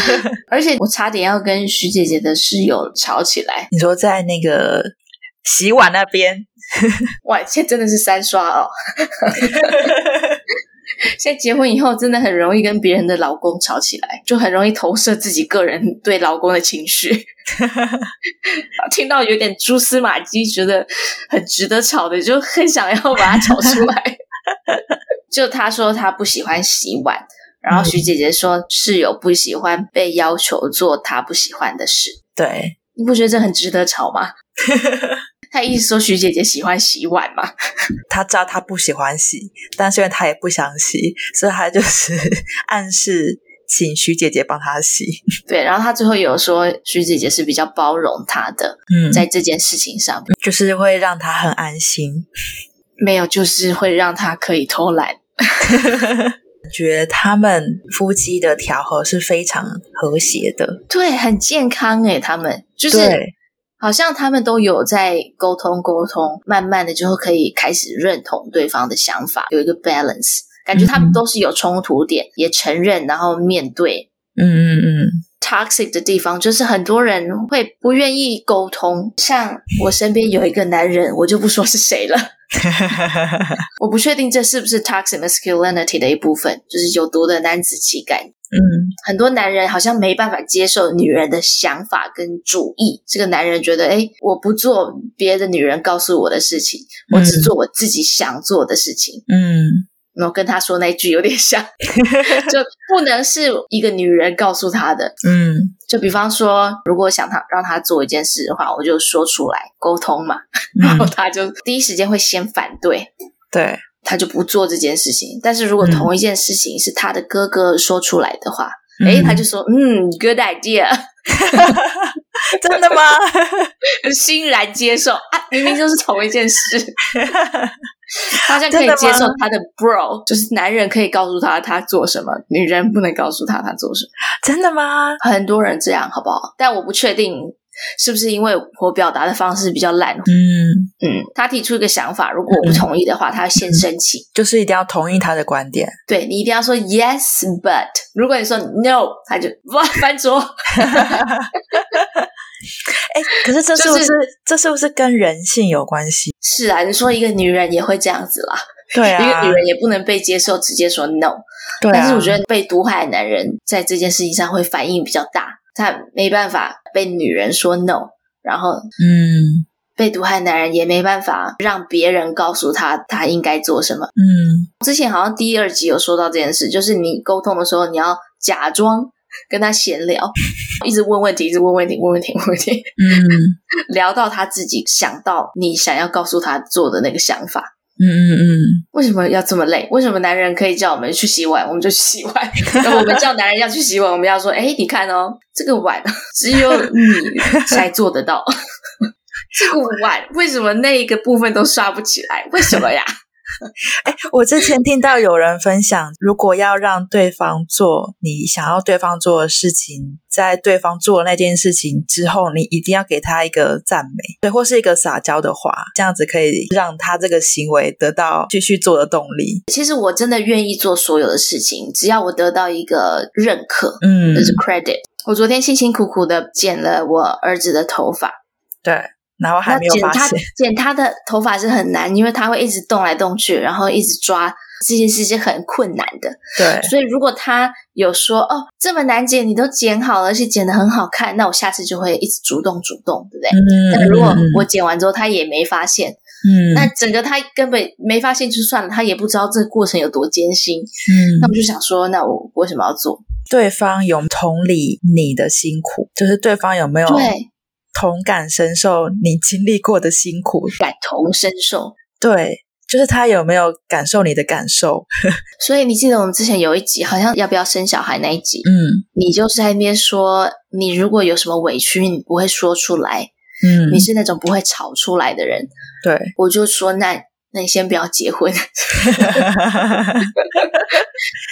Speaker 2: 而且我差点要跟徐姐姐的室友吵起来，
Speaker 5: 你说在那个洗碗那边，
Speaker 2: 哇，现在真的是三刷哦！现在结婚以后，真的很容易跟别人的老公吵起来，就很容易投射自己个人对老公的情绪。听到有点蛛丝马迹，觉得很值得吵的，就很想要把它吵出来。就她说她不喜欢洗碗，然后徐姐姐说室友不喜欢被要求做她不喜欢的事，
Speaker 5: 对，
Speaker 2: 你不觉得这很值得吵吗？他意思说徐姐姐喜欢洗碗嘛？
Speaker 5: 他知道他不喜欢洗，但是因为他也不想洗，所以他就是暗示请徐姐姐帮他洗。
Speaker 2: 对，然后他最后有说徐姐姐是比较包容他的，
Speaker 5: 嗯，
Speaker 2: 在这件事情上
Speaker 5: 就是会让他很安心，
Speaker 2: 没有，就是会让他可以偷懒。
Speaker 5: 觉得他们夫妻的调和是非常和谐的。
Speaker 2: 对，很健康诶、他们就是
Speaker 5: 对，
Speaker 2: 好像他们都有在沟通沟通，慢慢的就可以开始认同对方的想法，有一个 balance，感觉他
Speaker 5: 嗯
Speaker 2: 们
Speaker 5: 哼
Speaker 2: 都是有冲突点，也承认，然后面对。
Speaker 5: 嗯嗯嗯，
Speaker 2: toxic 的地方就是很多人会不愿意沟通，像我身边有一个男人，我就不说是谁了，我不确定这是不是 toxic masculinity 的一部分，就是有毒的男子气概。
Speaker 5: 嗯，
Speaker 2: 很多男人好像没办法接受女人的想法跟主意。这个男人觉得，哎，我不做别的女人告诉我的事情，我只做我自己想做的事情。
Speaker 5: 嗯，
Speaker 2: 然后跟他说那一句有点像，就不能是一个女人告诉他的。
Speaker 5: 嗯，
Speaker 2: 就比方说，如果想他让他做一件事的话，我就说出来沟通嘛，然后
Speaker 5: 嗯，
Speaker 2: 他就第一时间会先反对，
Speaker 5: 对，
Speaker 2: 他就不做这件事情。但是如果
Speaker 5: 嗯
Speaker 2: 同一件事情是他的哥哥说出来的话，诶，
Speaker 5: 嗯
Speaker 2: 他就说嗯，good idea，
Speaker 5: 真的吗？
Speaker 2: 欣然接受啊，明明就是同一件事。 他好像可以
Speaker 5: 真的吗
Speaker 2: 接受他的 bro，就是男人可以告诉他他做什么，女人不能告诉他他做什么。
Speaker 5: 真的吗？
Speaker 2: 很多人这样，好不好？但我不确定是不是因为我表达的方式比较烂，
Speaker 5: 嗯，
Speaker 2: 嗯，他提出一个想法，如果我不同意的话，他先生气。
Speaker 5: 就是一定要同意他的观点。
Speaker 2: 对你一定要说 yes but，如果你说 no，他就 哇翻桌。
Speaker 5: 哎，可是这是不是、
Speaker 2: 就
Speaker 5: 这是不是跟人性有关系？
Speaker 2: 是啊，你说一个女人也会这样子啦，
Speaker 5: 对
Speaker 2: 一
Speaker 5: 啊
Speaker 2: 个，女人也不能被接受直接说 no，、
Speaker 5: 对啊，
Speaker 2: 但是我觉得被毒害的男人在这件事情上会反应比较大，他没办法被女人说 no，然后
Speaker 5: 嗯
Speaker 2: 被毒害的男人也没办法让别人告诉他他应该做什么。
Speaker 5: 嗯，
Speaker 2: 之前好像第二集有说到这件事，就是你沟通的时候，你要假装跟他闲聊， 一直问问题，一直问问题，问问题，问问题，
Speaker 5: 嗯
Speaker 2: 聊到他自己想到你想要告诉他做的那个想法。
Speaker 5: 嗯嗯嗯，
Speaker 2: 为什么要这么累？为什么男人可以叫我们去洗碗，我们就去洗碗？ 那我们叫男人要去洗碗，我们要说：“哎，你看哦，这个碗只有你才做得到。 这个碗为什么那一个部分都刷不起来？为什么呀？”
Speaker 5: 哎，我之前听到有人分享，如果要让对方做你想要对方做的事情，在对方做那件事情之后，你一定要给他一个赞美，对，或是一个撒娇的话，这样子可以让他这个行为得到继续做的动力。
Speaker 2: 其实我真的愿意做所有的事情，只要我得到一个认可，
Speaker 5: 嗯
Speaker 2: 就是 credit。我昨天辛辛苦苦的剪了我儿子的头发，
Speaker 5: 对，然后还
Speaker 2: 那
Speaker 5: 没有
Speaker 2: 剪
Speaker 5: 发
Speaker 2: 他
Speaker 5: 现，
Speaker 2: 剪他的头发是很难，因为他会一直动来动去，然后一直抓，这件事情很困难的。
Speaker 5: 对，
Speaker 2: 所以如果他有说哦这么难剪，你都剪好了，而且剪得很好看，那我下次就会一直主动主动，对不对？
Speaker 5: 嗯
Speaker 2: 但如果我剪完之后他也没发现，
Speaker 5: 嗯
Speaker 2: 那整个他根本没发现就算了，他也不知道这个过程有多艰辛。那
Speaker 5: 嗯
Speaker 2: 我就想说，那我为什么要做？
Speaker 5: 对方有同理你的辛苦，就是对方有没有
Speaker 2: 对，
Speaker 5: 同感深受你经历过的辛苦，
Speaker 2: 感同身受。
Speaker 5: 对，就是他有没有感受你的感受？
Speaker 2: 所以你记得我们之前有一集，好像要不要生小孩那一集，
Speaker 5: 嗯
Speaker 2: 你就是在那边说，你如果有什么委屈，你不会说出来，
Speaker 5: 嗯
Speaker 2: 你是那种不会吵出来的人。
Speaker 5: 对，
Speaker 2: 我就说，那那你先不要结 婚，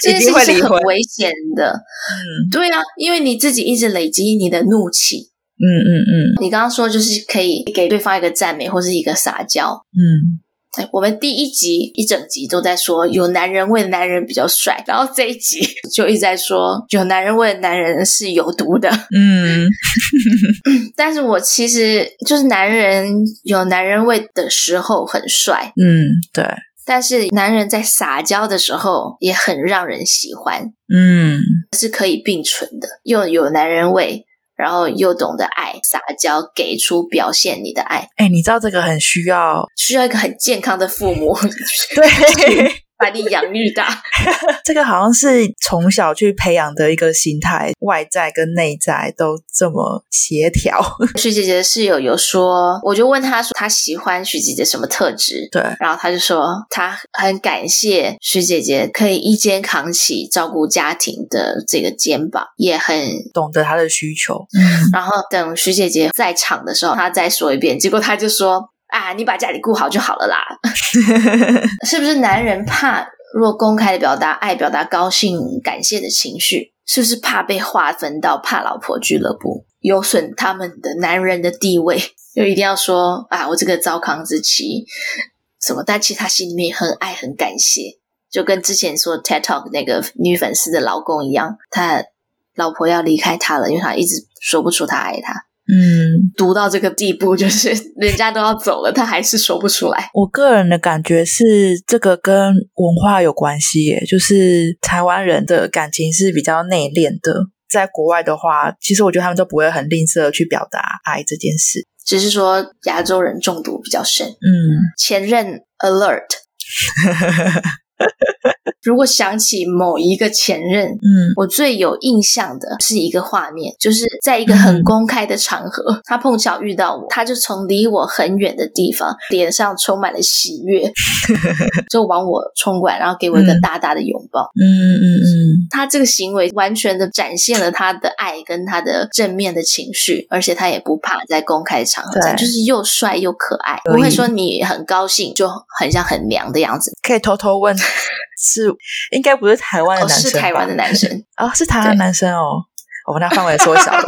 Speaker 2: 这
Speaker 5: 一
Speaker 2: 件
Speaker 5: 定会
Speaker 2: 事情
Speaker 5: 离
Speaker 2: 是
Speaker 5: 婚
Speaker 2: 很。危险的。
Speaker 5: 嗯
Speaker 2: 对啊，因为你自己一直累积你的怒气。
Speaker 5: 嗯嗯嗯
Speaker 2: 你刚刚说就是可以给对方一个赞美或是一个撒娇，
Speaker 5: 嗯，
Speaker 2: 哎，我们第一集一整集都在说有男人为男人比较帅，然后这一集 就一直在说有男人为男人是有毒的。
Speaker 5: 嗯
Speaker 2: 但是我其实就是男人有男人味的时候很帅，
Speaker 5: 嗯，对，
Speaker 2: 但是男人在撒娇的时候也很让人喜欢，
Speaker 5: 嗯
Speaker 2: 是可以并存的，又有男人味。然后又懂得爱撒娇，给出表现你的爱，
Speaker 5: 哎，你知道这个很需要
Speaker 2: 需要一个很健康的父母，
Speaker 5: 对
Speaker 2: 把你养育大。
Speaker 5: 这个好像是从小去培养的一个心态，外在跟内在都这么协调。
Speaker 2: 徐姐姐的室友有说，我就问她说她喜欢徐姐姐什么特质，
Speaker 5: 对，
Speaker 2: 然后她就说她很感谢徐姐姐可以一肩扛起照顾家庭的这个肩膀，也很。
Speaker 5: 懂得他的需求，
Speaker 2: 然后等徐姐姐在场的时候，她再说一遍，结果她就说啊，你把家里顾好就好了啦。是不是男人怕如果公开的表达爱、表达高兴、感谢的情绪，是不是怕被划分到怕老婆俱乐部，有损他们的男人的地位？就一定要说啊，我这个糟糠之妻什么？但其实他心里面很爱、很感谢，就跟之前说 TED Talk 那个女粉丝的老公一样，他老婆要离开他了，因为他一直说不出他爱他。
Speaker 5: 嗯，
Speaker 2: 读到这个地步，就是 人家都要走了，他还是说不出来。
Speaker 5: 我个人的感觉是，这个跟文化有关系耶，就是台湾人的感情是比较内敛的。在国外的话，其实我觉得他们都不会很吝啬去表达爱这件事。
Speaker 2: 只是说亚洲人中毒比较深。
Speaker 5: 嗯，
Speaker 2: 前任 alert，如果想起某一个前任，
Speaker 5: 嗯，
Speaker 2: 我最有印象的是一个画面，就是在一个很公开的场合，他碰巧遇到我，他就从离我很远的地方，脸上充满了喜悦，就往我冲过来，然后给我一个
Speaker 5: 嗯
Speaker 2: 大大的拥抱。
Speaker 5: 嗯嗯嗯，
Speaker 2: 他这个行为完全的展现了他的爱跟他的正面的情绪，而且他也不怕在公开场合
Speaker 5: 对
Speaker 2: 讲，就是又帅又可爱，不会说你很高兴就很像很娘的样子。
Speaker 5: 可以偷偷问，是 应该不是台湾的
Speaker 2: 哦，
Speaker 5: 男生吧、
Speaker 2: 是台湾的男 生，
Speaker 5: 哦，是台湾的
Speaker 2: 对
Speaker 5: 男生哦。哦，那范围缩小 了，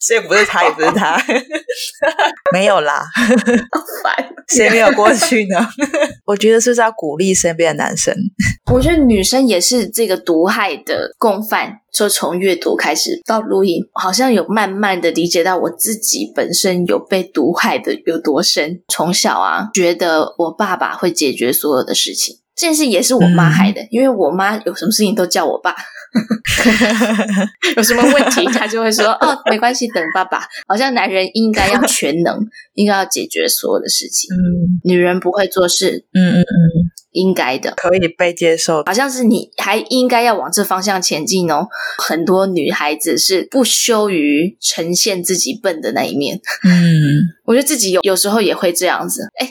Speaker 5: 所以不是他，也不是他， 没有啦。
Speaker 2: 烦。
Speaker 5: 谁没有过去呢？ 我觉得是不是要鼓励身边的男生？
Speaker 2: 我觉得女生也是这个毒害的共犯，就从阅读开始到录音，好像有慢慢的理解到我自己本身有被毒害的有多深。从小啊，觉得我爸爸会解决所有的事情，这件事也是我妈害的，因为我妈有什么事情都叫我爸，有什么问题她就会说哦，没关系，等爸爸。好像男人应该要全能，应该要解决所有的事情，
Speaker 5: 嗯
Speaker 2: 女人不会做事，
Speaker 5: 嗯嗯，
Speaker 2: 应该的。
Speaker 5: 可以被接受。
Speaker 2: 好像是你还应该要往这方向前进哦。很多女孩子是不羞于呈现自己笨的那一面，
Speaker 5: 嗯
Speaker 2: 我觉得自己有有时候也会这样子。哎，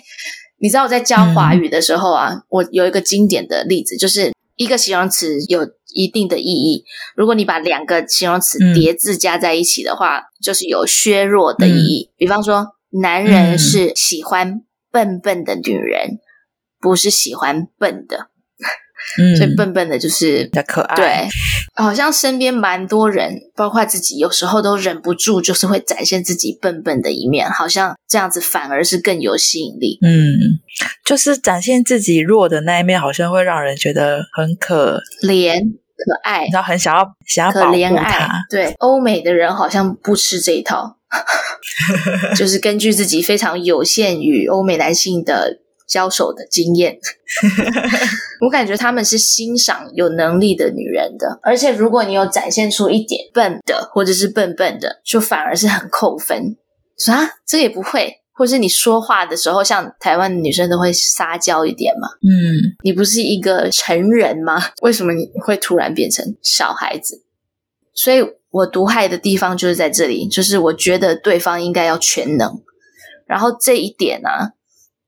Speaker 2: 你知道我在教华语的时候啊，我有一个经典的例子，就是一个形容词有一定的意义，如果你把两个形容词
Speaker 5: 嗯
Speaker 2: 叠字加在一起的话，就是有削弱的意义。比方说，男人
Speaker 5: 嗯
Speaker 2: 是喜欢笨笨的女人，不是喜欢笨的，
Speaker 5: 嗯，
Speaker 2: 所以笨笨的就是
Speaker 5: 比较可爱。
Speaker 2: 对，好像身边蛮多人，包括自己，有时候都忍不住，就是会展现自己笨笨的一面，好像这样子反而是更有吸引力。
Speaker 5: 嗯，就是展现自己弱的那一面，好像会让人觉得很可，
Speaker 2: 怜、可爱、
Speaker 5: 然后很想要想要
Speaker 2: 可
Speaker 5: 保
Speaker 2: 怜
Speaker 5: 护
Speaker 2: 爱
Speaker 5: 他。，
Speaker 2: 对，欧美的人好像不吃这一套， 就是根据自己非常有限与欧美男性的。交手的经验， 我感觉他们是欣赏有能力的女人的，而且如果你有展现出一点笨的或者是笨笨的，就反而是很扣分。说啊，这个也不会，或是你说话的时候，像台湾的女生都会撒娇一点嘛，
Speaker 5: 嗯，
Speaker 2: 你不是一个成人吗？为什么你会突然变成小孩子？所以我毒害的地方就是在这里，就是我觉得对方应该要全能，然后这一点呢、啊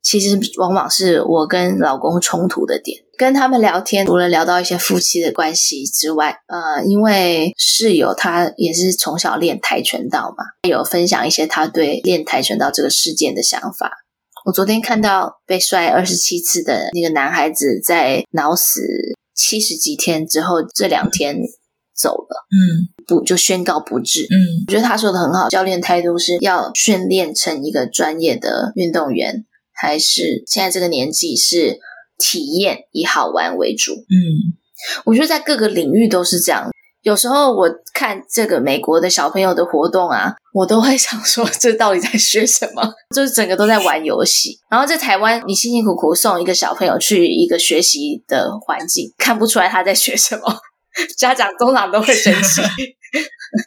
Speaker 2: 其实往往是我跟老公冲突的点。跟他们聊天，除了聊到一些夫妻的关系之外，呃，因为室友他也是从小练跆拳道嘛，有分享一些他对练跆拳道这个事件的想法。我昨天看到被摔二十七次的那个男孩子，在脑死七十几天之后，这两天走了，
Speaker 5: 嗯
Speaker 2: 不就宣告不治。
Speaker 5: 嗯
Speaker 2: 我觉得他说的很好，教练态度是要训练成一个专业的运动员，还是现在这个年纪是体验以好玩为主。
Speaker 5: 嗯
Speaker 2: 我觉得在各个领域都是这样。有时候我看这个美国的小朋友的活动啊，我都会想说，这到底在学什么？ 就是整个都在玩游戏。然后在台湾，你辛辛苦苦送一个小朋友去一个学习的环境，看不出来他在学什么，家长通常都会生气。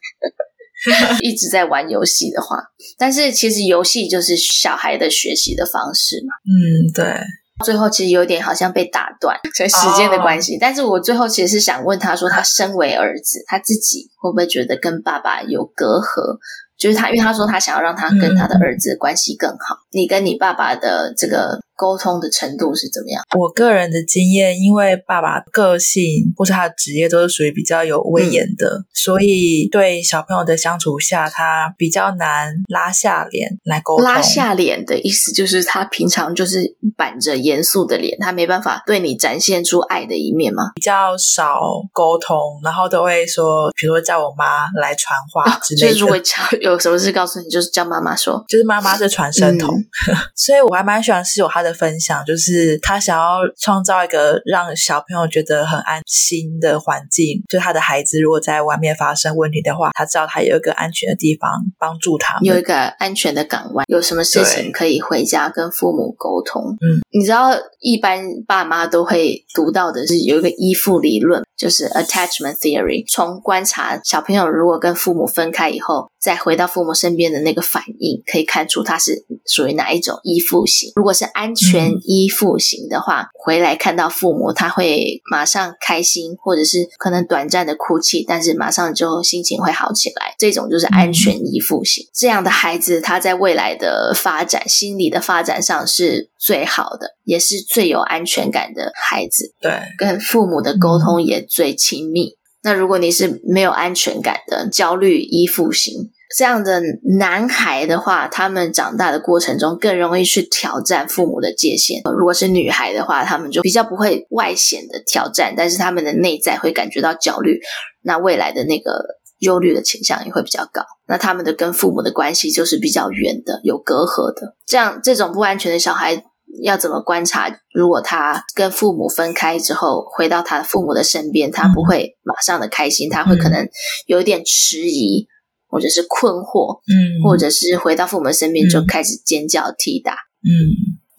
Speaker 2: 一直在玩游戏的话，但是其实游戏就是小孩的学习的方式嘛。
Speaker 5: 嗯，对，
Speaker 2: 最后其实有点好像被打断，所以时间的关
Speaker 5: 哦
Speaker 2: 系。但是我最后其实是想问他说，他身为儿子，他自己会不会觉得跟爸爸有隔阂？就是他，因为他说他想要让他跟他的儿子关系更好。
Speaker 5: 嗯
Speaker 2: 你跟你爸爸的这个沟通的程度是怎么样？
Speaker 5: 我个人的经验，因为爸爸个性或是他的职业都是属于比较有
Speaker 2: 嗯
Speaker 5: 威严的，所以对小朋友的相处下，他比较难拉下脸来沟通。
Speaker 2: 拉下脸的意思就是他平常就是板着严肃的脸，他没办法对你展现出爱的一面吗？
Speaker 5: 少沟通，然后都会说，比如说叫我妈来传话啊之
Speaker 2: 哦就
Speaker 5: 类
Speaker 2: 是如果
Speaker 5: 的。
Speaker 2: 叫有什么事告诉你，就是叫妈妈说。
Speaker 5: 就是妈妈是传声筒，
Speaker 2: 嗯
Speaker 5: 所以我还蛮喜欢室友他的分享，就是他想要创造一个让小朋友觉得很安心的环境，就他的孩子如果在外面发生问题的话，他知道他有一个安全的地方帮助他
Speaker 2: 有一
Speaker 5: 们。
Speaker 2: 个安全的港湾，有什么事情
Speaker 5: 对
Speaker 2: 可以回家跟父母沟通。
Speaker 5: 嗯，
Speaker 2: 你知道一般爸妈都会读到的是有一个依附理论，就是 attachment theory，从观察小朋友如果跟父母分开以后，再回到父母身边的那个反应，可以看出他是属于哪一种依附型。如果是安全
Speaker 5: 嗯
Speaker 2: 依附型的话，回来看到父母，他会马上开心，或者是可能短暂的哭泣，但是马上就心情会好起来。这种就是安全依附型，这样的孩子他在未来的发展、心理的发展上是最好的，也是最有安全感的孩子，
Speaker 5: 对，
Speaker 2: 跟父母的沟通也最亲密。那如果你是没有安全感的焦虑依附型这样的男孩的话，他们长大的过程中更容易去挑战父母的界限；如果是女孩的话，他们就比较不会外显的挑战，但是他们的内在会感觉到焦虑，那未来的那个忧虑的倾向也会比较高。那他们的跟父母的关系就是比较远的，有隔阂的。这样这种不安全的小孩要怎么观察？如果他跟父母分开之后，回到他父母的身边，他不会马上的开心，他会
Speaker 5: 嗯
Speaker 2: 可能有一点迟疑，或者是困惑，
Speaker 5: 嗯
Speaker 2: 或者是回到父母身边
Speaker 5: 嗯
Speaker 2: 就开始尖叫踢打，
Speaker 5: 嗯，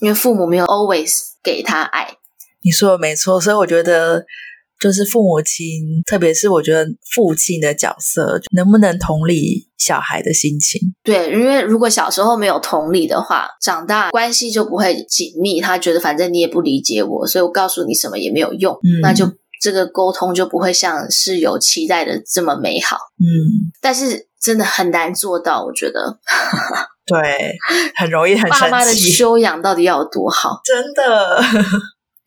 Speaker 2: 因为父母没有 always 给他爱。
Speaker 5: 你说的没错，所以我觉得就是父母亲，特别是我觉得父亲的角色，能不能同理小孩的心情？
Speaker 2: 对，因为如果小时候没有同理的话，长大关系就不会紧密。他觉得反正你也不理解我，所以我告诉你什么也没有用，
Speaker 5: 嗯
Speaker 2: 那就这个沟通就不会像室友期待的这么美好。
Speaker 5: 嗯，
Speaker 2: 但是真的很难做到，我觉得
Speaker 5: 对，很容易很
Speaker 2: 爸妈
Speaker 5: 生
Speaker 2: 的
Speaker 5: 气，
Speaker 2: 修养到底要有多好？
Speaker 5: 真的，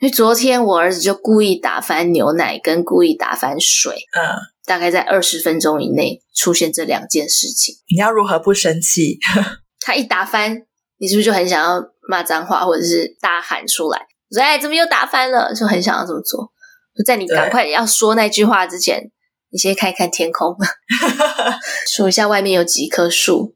Speaker 2: 因为昨天我儿子就故意打翻牛奶，跟故意打翻水，
Speaker 5: 嗯，
Speaker 2: 大概在二十分钟以内出现这两件事情。
Speaker 5: 你要如何不生气？
Speaker 2: 他一打翻，你是不是就很想要骂脏话，或者是大喊出来？我说：“哎，怎么又打翻了？”就很想要这么做。就在你
Speaker 5: 对
Speaker 2: 赶快要说那句话之前，你先看一看天空，数一下外面有几棵树，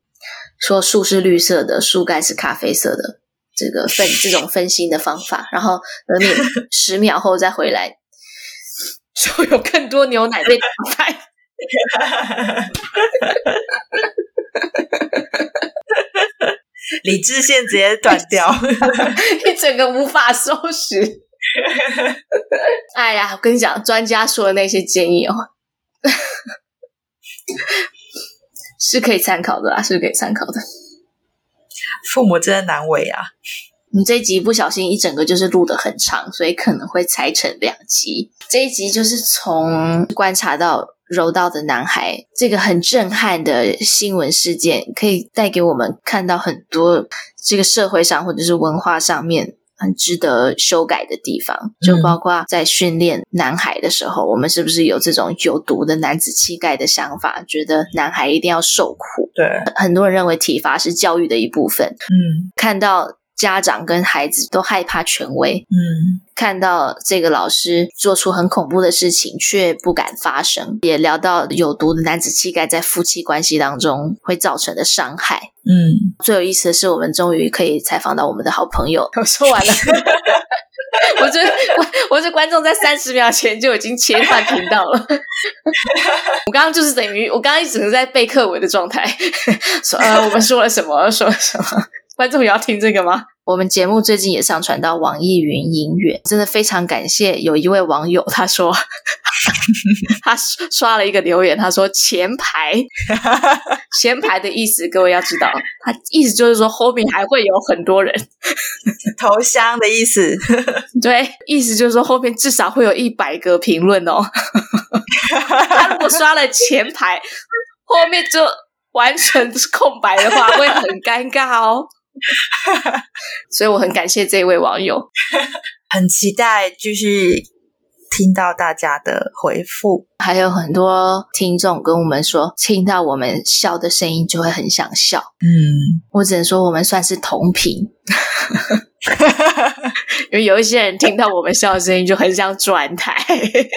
Speaker 2: 说树是绿色的，树干是咖啡色的。这个分这种分心的方法，然后等你十 秒后再回来，就有更多牛奶被打翻。
Speaker 5: 理智线直接断掉，
Speaker 2: 一整个无法收拾。哎呀，我跟你讲，专家说的那些建议哦， 是可以参考的啦，是可以参考的。
Speaker 5: 父母真的难为啊！
Speaker 2: 你这一集不小心一整个就是录的很长，所以可能会拆成两集。这一集就是从观察到柔道的男孩这个很震撼的新闻事件，可以带给我们看到很多这个社会上或者是文化上面。很值得修改的地方，就包括在训练男孩的时候，我们是不是有这种有毒的男子气概的想法，觉得男孩一定要受苦？
Speaker 5: 对，
Speaker 2: 很多人认为体罚是教育的一部分，
Speaker 5: 嗯
Speaker 2: 看到家长跟孩子都害怕权威，
Speaker 5: 嗯，
Speaker 2: 看到这个老师做出很恐怖的事情却不敢发声，也聊到有毒的男子气概在夫妻关系当中会造成的伤害。
Speaker 5: 嗯，
Speaker 2: 最有意思的是，我们终于可以采访到我们的好朋友。我说完了。我觉得我我这观众在三十秒前就已经切换频道了。我刚刚就是等于我刚刚一直在背课文的状态，说呃我们说了什么说了什么，观众也要听这个吗？我们节目最近也上传到网易云音乐，真的非常感谢有一位网友，他说 他刷了一个留言，他说前排前排的意思，各位要知道，他意思就是说后面还会有很多人，
Speaker 5: 头香的意思，
Speaker 2: 对，意思就是说后面至少会有一百个评论哦。 他如果刷了前排，后面就完全是空白的话，会很尴尬哦。所以我很感谢这位网友，
Speaker 5: 很期待继续听到大家的回复。
Speaker 2: 还有很多听众跟我们说，听到我们笑的声音就会很想笑。
Speaker 5: 嗯，
Speaker 2: 我只能说我们算是同频， 因为有一些人听到我们笑的声音就很想转台。
Speaker 5: 对，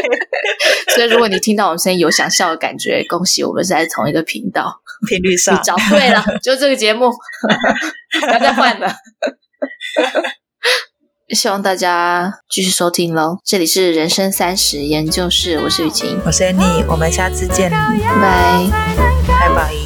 Speaker 2: 所以如果你听到我们声音有想笑的感觉，恭喜我们是在同一个频道。
Speaker 5: 频率上，
Speaker 2: 你找对了，就这个节目，不要再换了。 希望大家继续收听喽！这里是人生三十研究室，我是雨晴，
Speaker 5: 我是 Annie，我们下次见，
Speaker 2: 拜
Speaker 5: 拜拜。